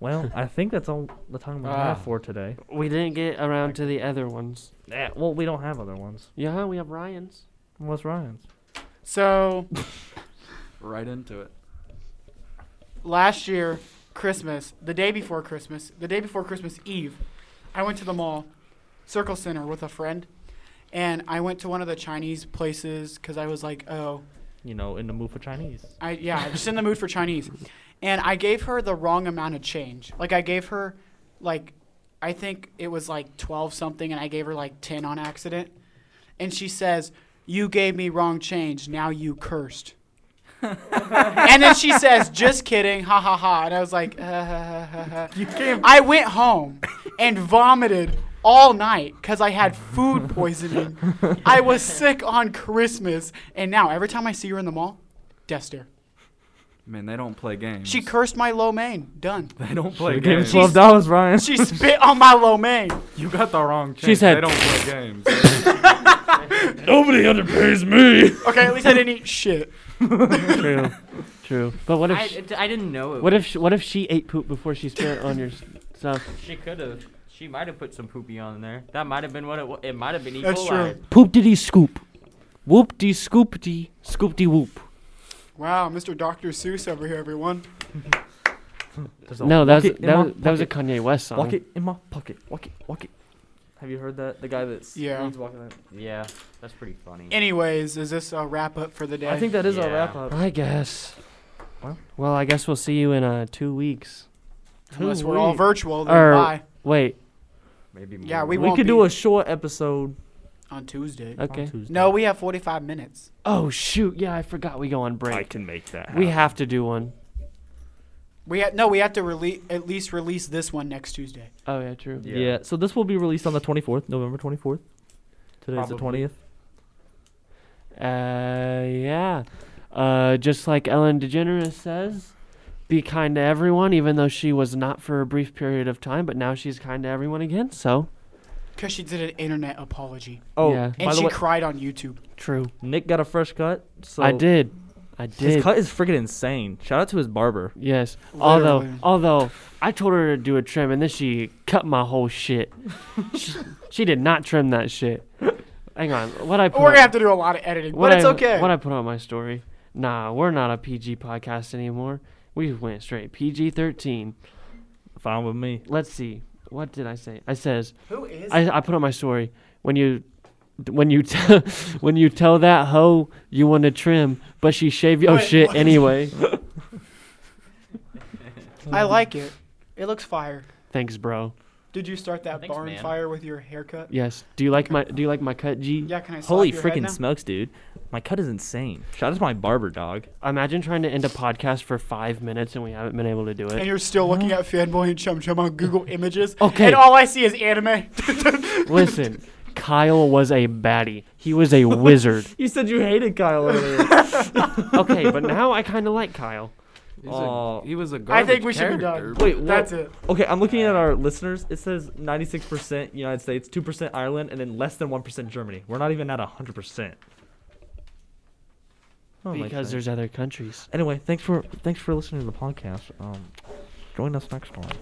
S3: Well, I think that's all the time we
S9: Ah.
S3: have for today.
S1: We didn't get around to the other ones.
S3: Yeah, well, we don't have other ones.
S1: Yeah, we have Ryan's.
S3: What's Ryan's?
S4: So
S2: right into it.
S4: last year, Christmas, the day before Christmas, the day before Christmas Eve, I went to the mall, Circle Center, with a friend, and I went to one of the Chinese places because I was like, oh,
S3: You know, in the mood for Chinese.
S4: I yeah, I'm just in the mood for Chinese. And I gave her the wrong amount of change. Like I gave her like I think it was like 12 something and I gave her like 10 on accident. And she says, "You gave me wrong change. Now you cursed." and then she says, "Just kidding. Ha ha ha." And I was like, uh, ha, ha, ha, ha. I went home and vomited all night because I had food poisoning. I was sick on Christmas, and now every time I see her in the mall, death stare.
S2: Man, they don't play games.
S4: She cursed my lo mein. Done.
S2: They don't play
S3: Give him
S2: games.
S3: twelve dollars, Ryan.
S4: She spit on my lo mein.
S2: You got the wrong. Change.
S1: said-
S2: they don't play games.
S3: Nobody underpays me.
S4: Okay, at least I didn't eat shit.
S1: True, true. But what if
S5: I,
S1: she,
S5: it- I didn't know it.
S1: what
S5: was-
S1: if she, what if she ate poop before she spit on your s- stuff?
S5: she could have? She might have put some poopy on there. That might have been what it. wa- It might have been E.
S4: That's true.
S5: coli.
S1: Poop diddy scoop, whoop dee scoop dee scoop dee whoop.
S4: Wow, Mr. Dr. Seuss over here, everyone.
S1: No, that was
S3: Walk it in
S1: that
S3: my
S1: was, that was a
S3: pocket.
S1: Kanye West song.
S3: Walk it in my pocket. Walk it. Walk it. Have you heard that? The guy that's
S4: Yeah.
S3: reads walking that.
S5: Yeah, that's pretty funny.
S4: Anyways, is this a wrap up for the day?
S3: I think that is our
S5: Yeah.
S3: wrap up.
S1: I guess.
S3: Well.
S1: Well, I guess we'll see you in uh, two weeks.
S4: Unless
S1: Two
S4: we're all
S1: weeks.
S4: virtual, then
S1: Or-
S4: bye.
S1: Wait.
S5: Maybe more.
S4: Yeah, we,
S3: We
S4: won't
S3: could
S4: be
S3: do a short episode.
S4: on Tuesday.
S1: Okay.
S3: On Tuesday.
S4: No, we have 45 minutes.
S1: Oh shoot! Yeah, I forgot we go on break.
S3: I can make that.
S1: we
S3: happen.
S1: have to do one.
S4: We ha- no, we have to release at least release this one next Tuesday.
S1: Oh yeah, true.
S3: Yeah. So this will be released on the 24th, November 24th. Today's the 20th.
S1: Uh, yeah. Uh, just like Ellen DeGeneres says, be kind to everyone, even though she was not for a brief period of time, but now she's kind to everyone again. So,
S4: Because she did an internet apology.
S3: Oh,
S1: Yeah.
S4: And
S3: by the
S4: she
S3: way,
S4: cried on YouTube.
S1: True.
S3: Nick got a fresh cut. So
S1: I did. I
S3: His
S1: did.
S3: cut is freaking insane. Shout out to his barber.
S1: Yes. Although,
S4: Literally.
S1: although I told her to do a trim, and then she cut my whole shit. she, she did not trim that shit. Hang on. What I put
S4: We're
S1: on-
S4: gonna have to do a lot of editing,
S1: what
S4: but it's
S1: I,
S4: okay.
S1: What I put on my story. Nah, we're not a PG podcast anymore. We went straight PG thirteen.
S3: Fine with me.
S1: Let's see. What did I say? I says
S4: Who is?
S1: I, I put on my story when you when you t- when you tell that hoe you want to trim, but she shave your
S4: Wait,
S1: shit
S4: what?
S1: anyway.
S4: I like it. It looks fire.
S1: Thanks, bro.
S4: Did you start that
S9: Thanks,
S4: barn
S9: man.
S4: fire with your haircut?
S1: Yes. Do you like my Do you like my cut, G?
S4: Yeah, can I? slap
S3: Holy
S4: your head
S3: freaking
S4: now?
S3: smokes, dude. My cut is insane. Shout out to my barber, dog.
S1: Imagine trying to end a podcast for five minutes and we haven't been able to do
S4: And
S1: it.
S4: you're still looking at fanboy and chum chum on Google Images.
S1: Okay.
S4: And all I see is anime.
S1: Listen, Kyle was a baddie. He was a wizard.
S3: You said you hated Kyle earlier.
S1: Okay, but now I kind of like Kyle.
S2: He's
S3: Aw.
S2: a, he was a garbage
S4: I think we should be
S2: character,
S4: done.
S2: but-
S3: Wait, what?
S4: That's it.
S3: Okay, I'm looking at our listeners. It says 96% United States, 2% Ireland, and then less than 1% Germany. We're not even at 100%. Oh my
S1: because
S3: God.
S1: there's other countries.
S3: Anyway, thanks for thanks for listening to the podcast. Um, join us next time.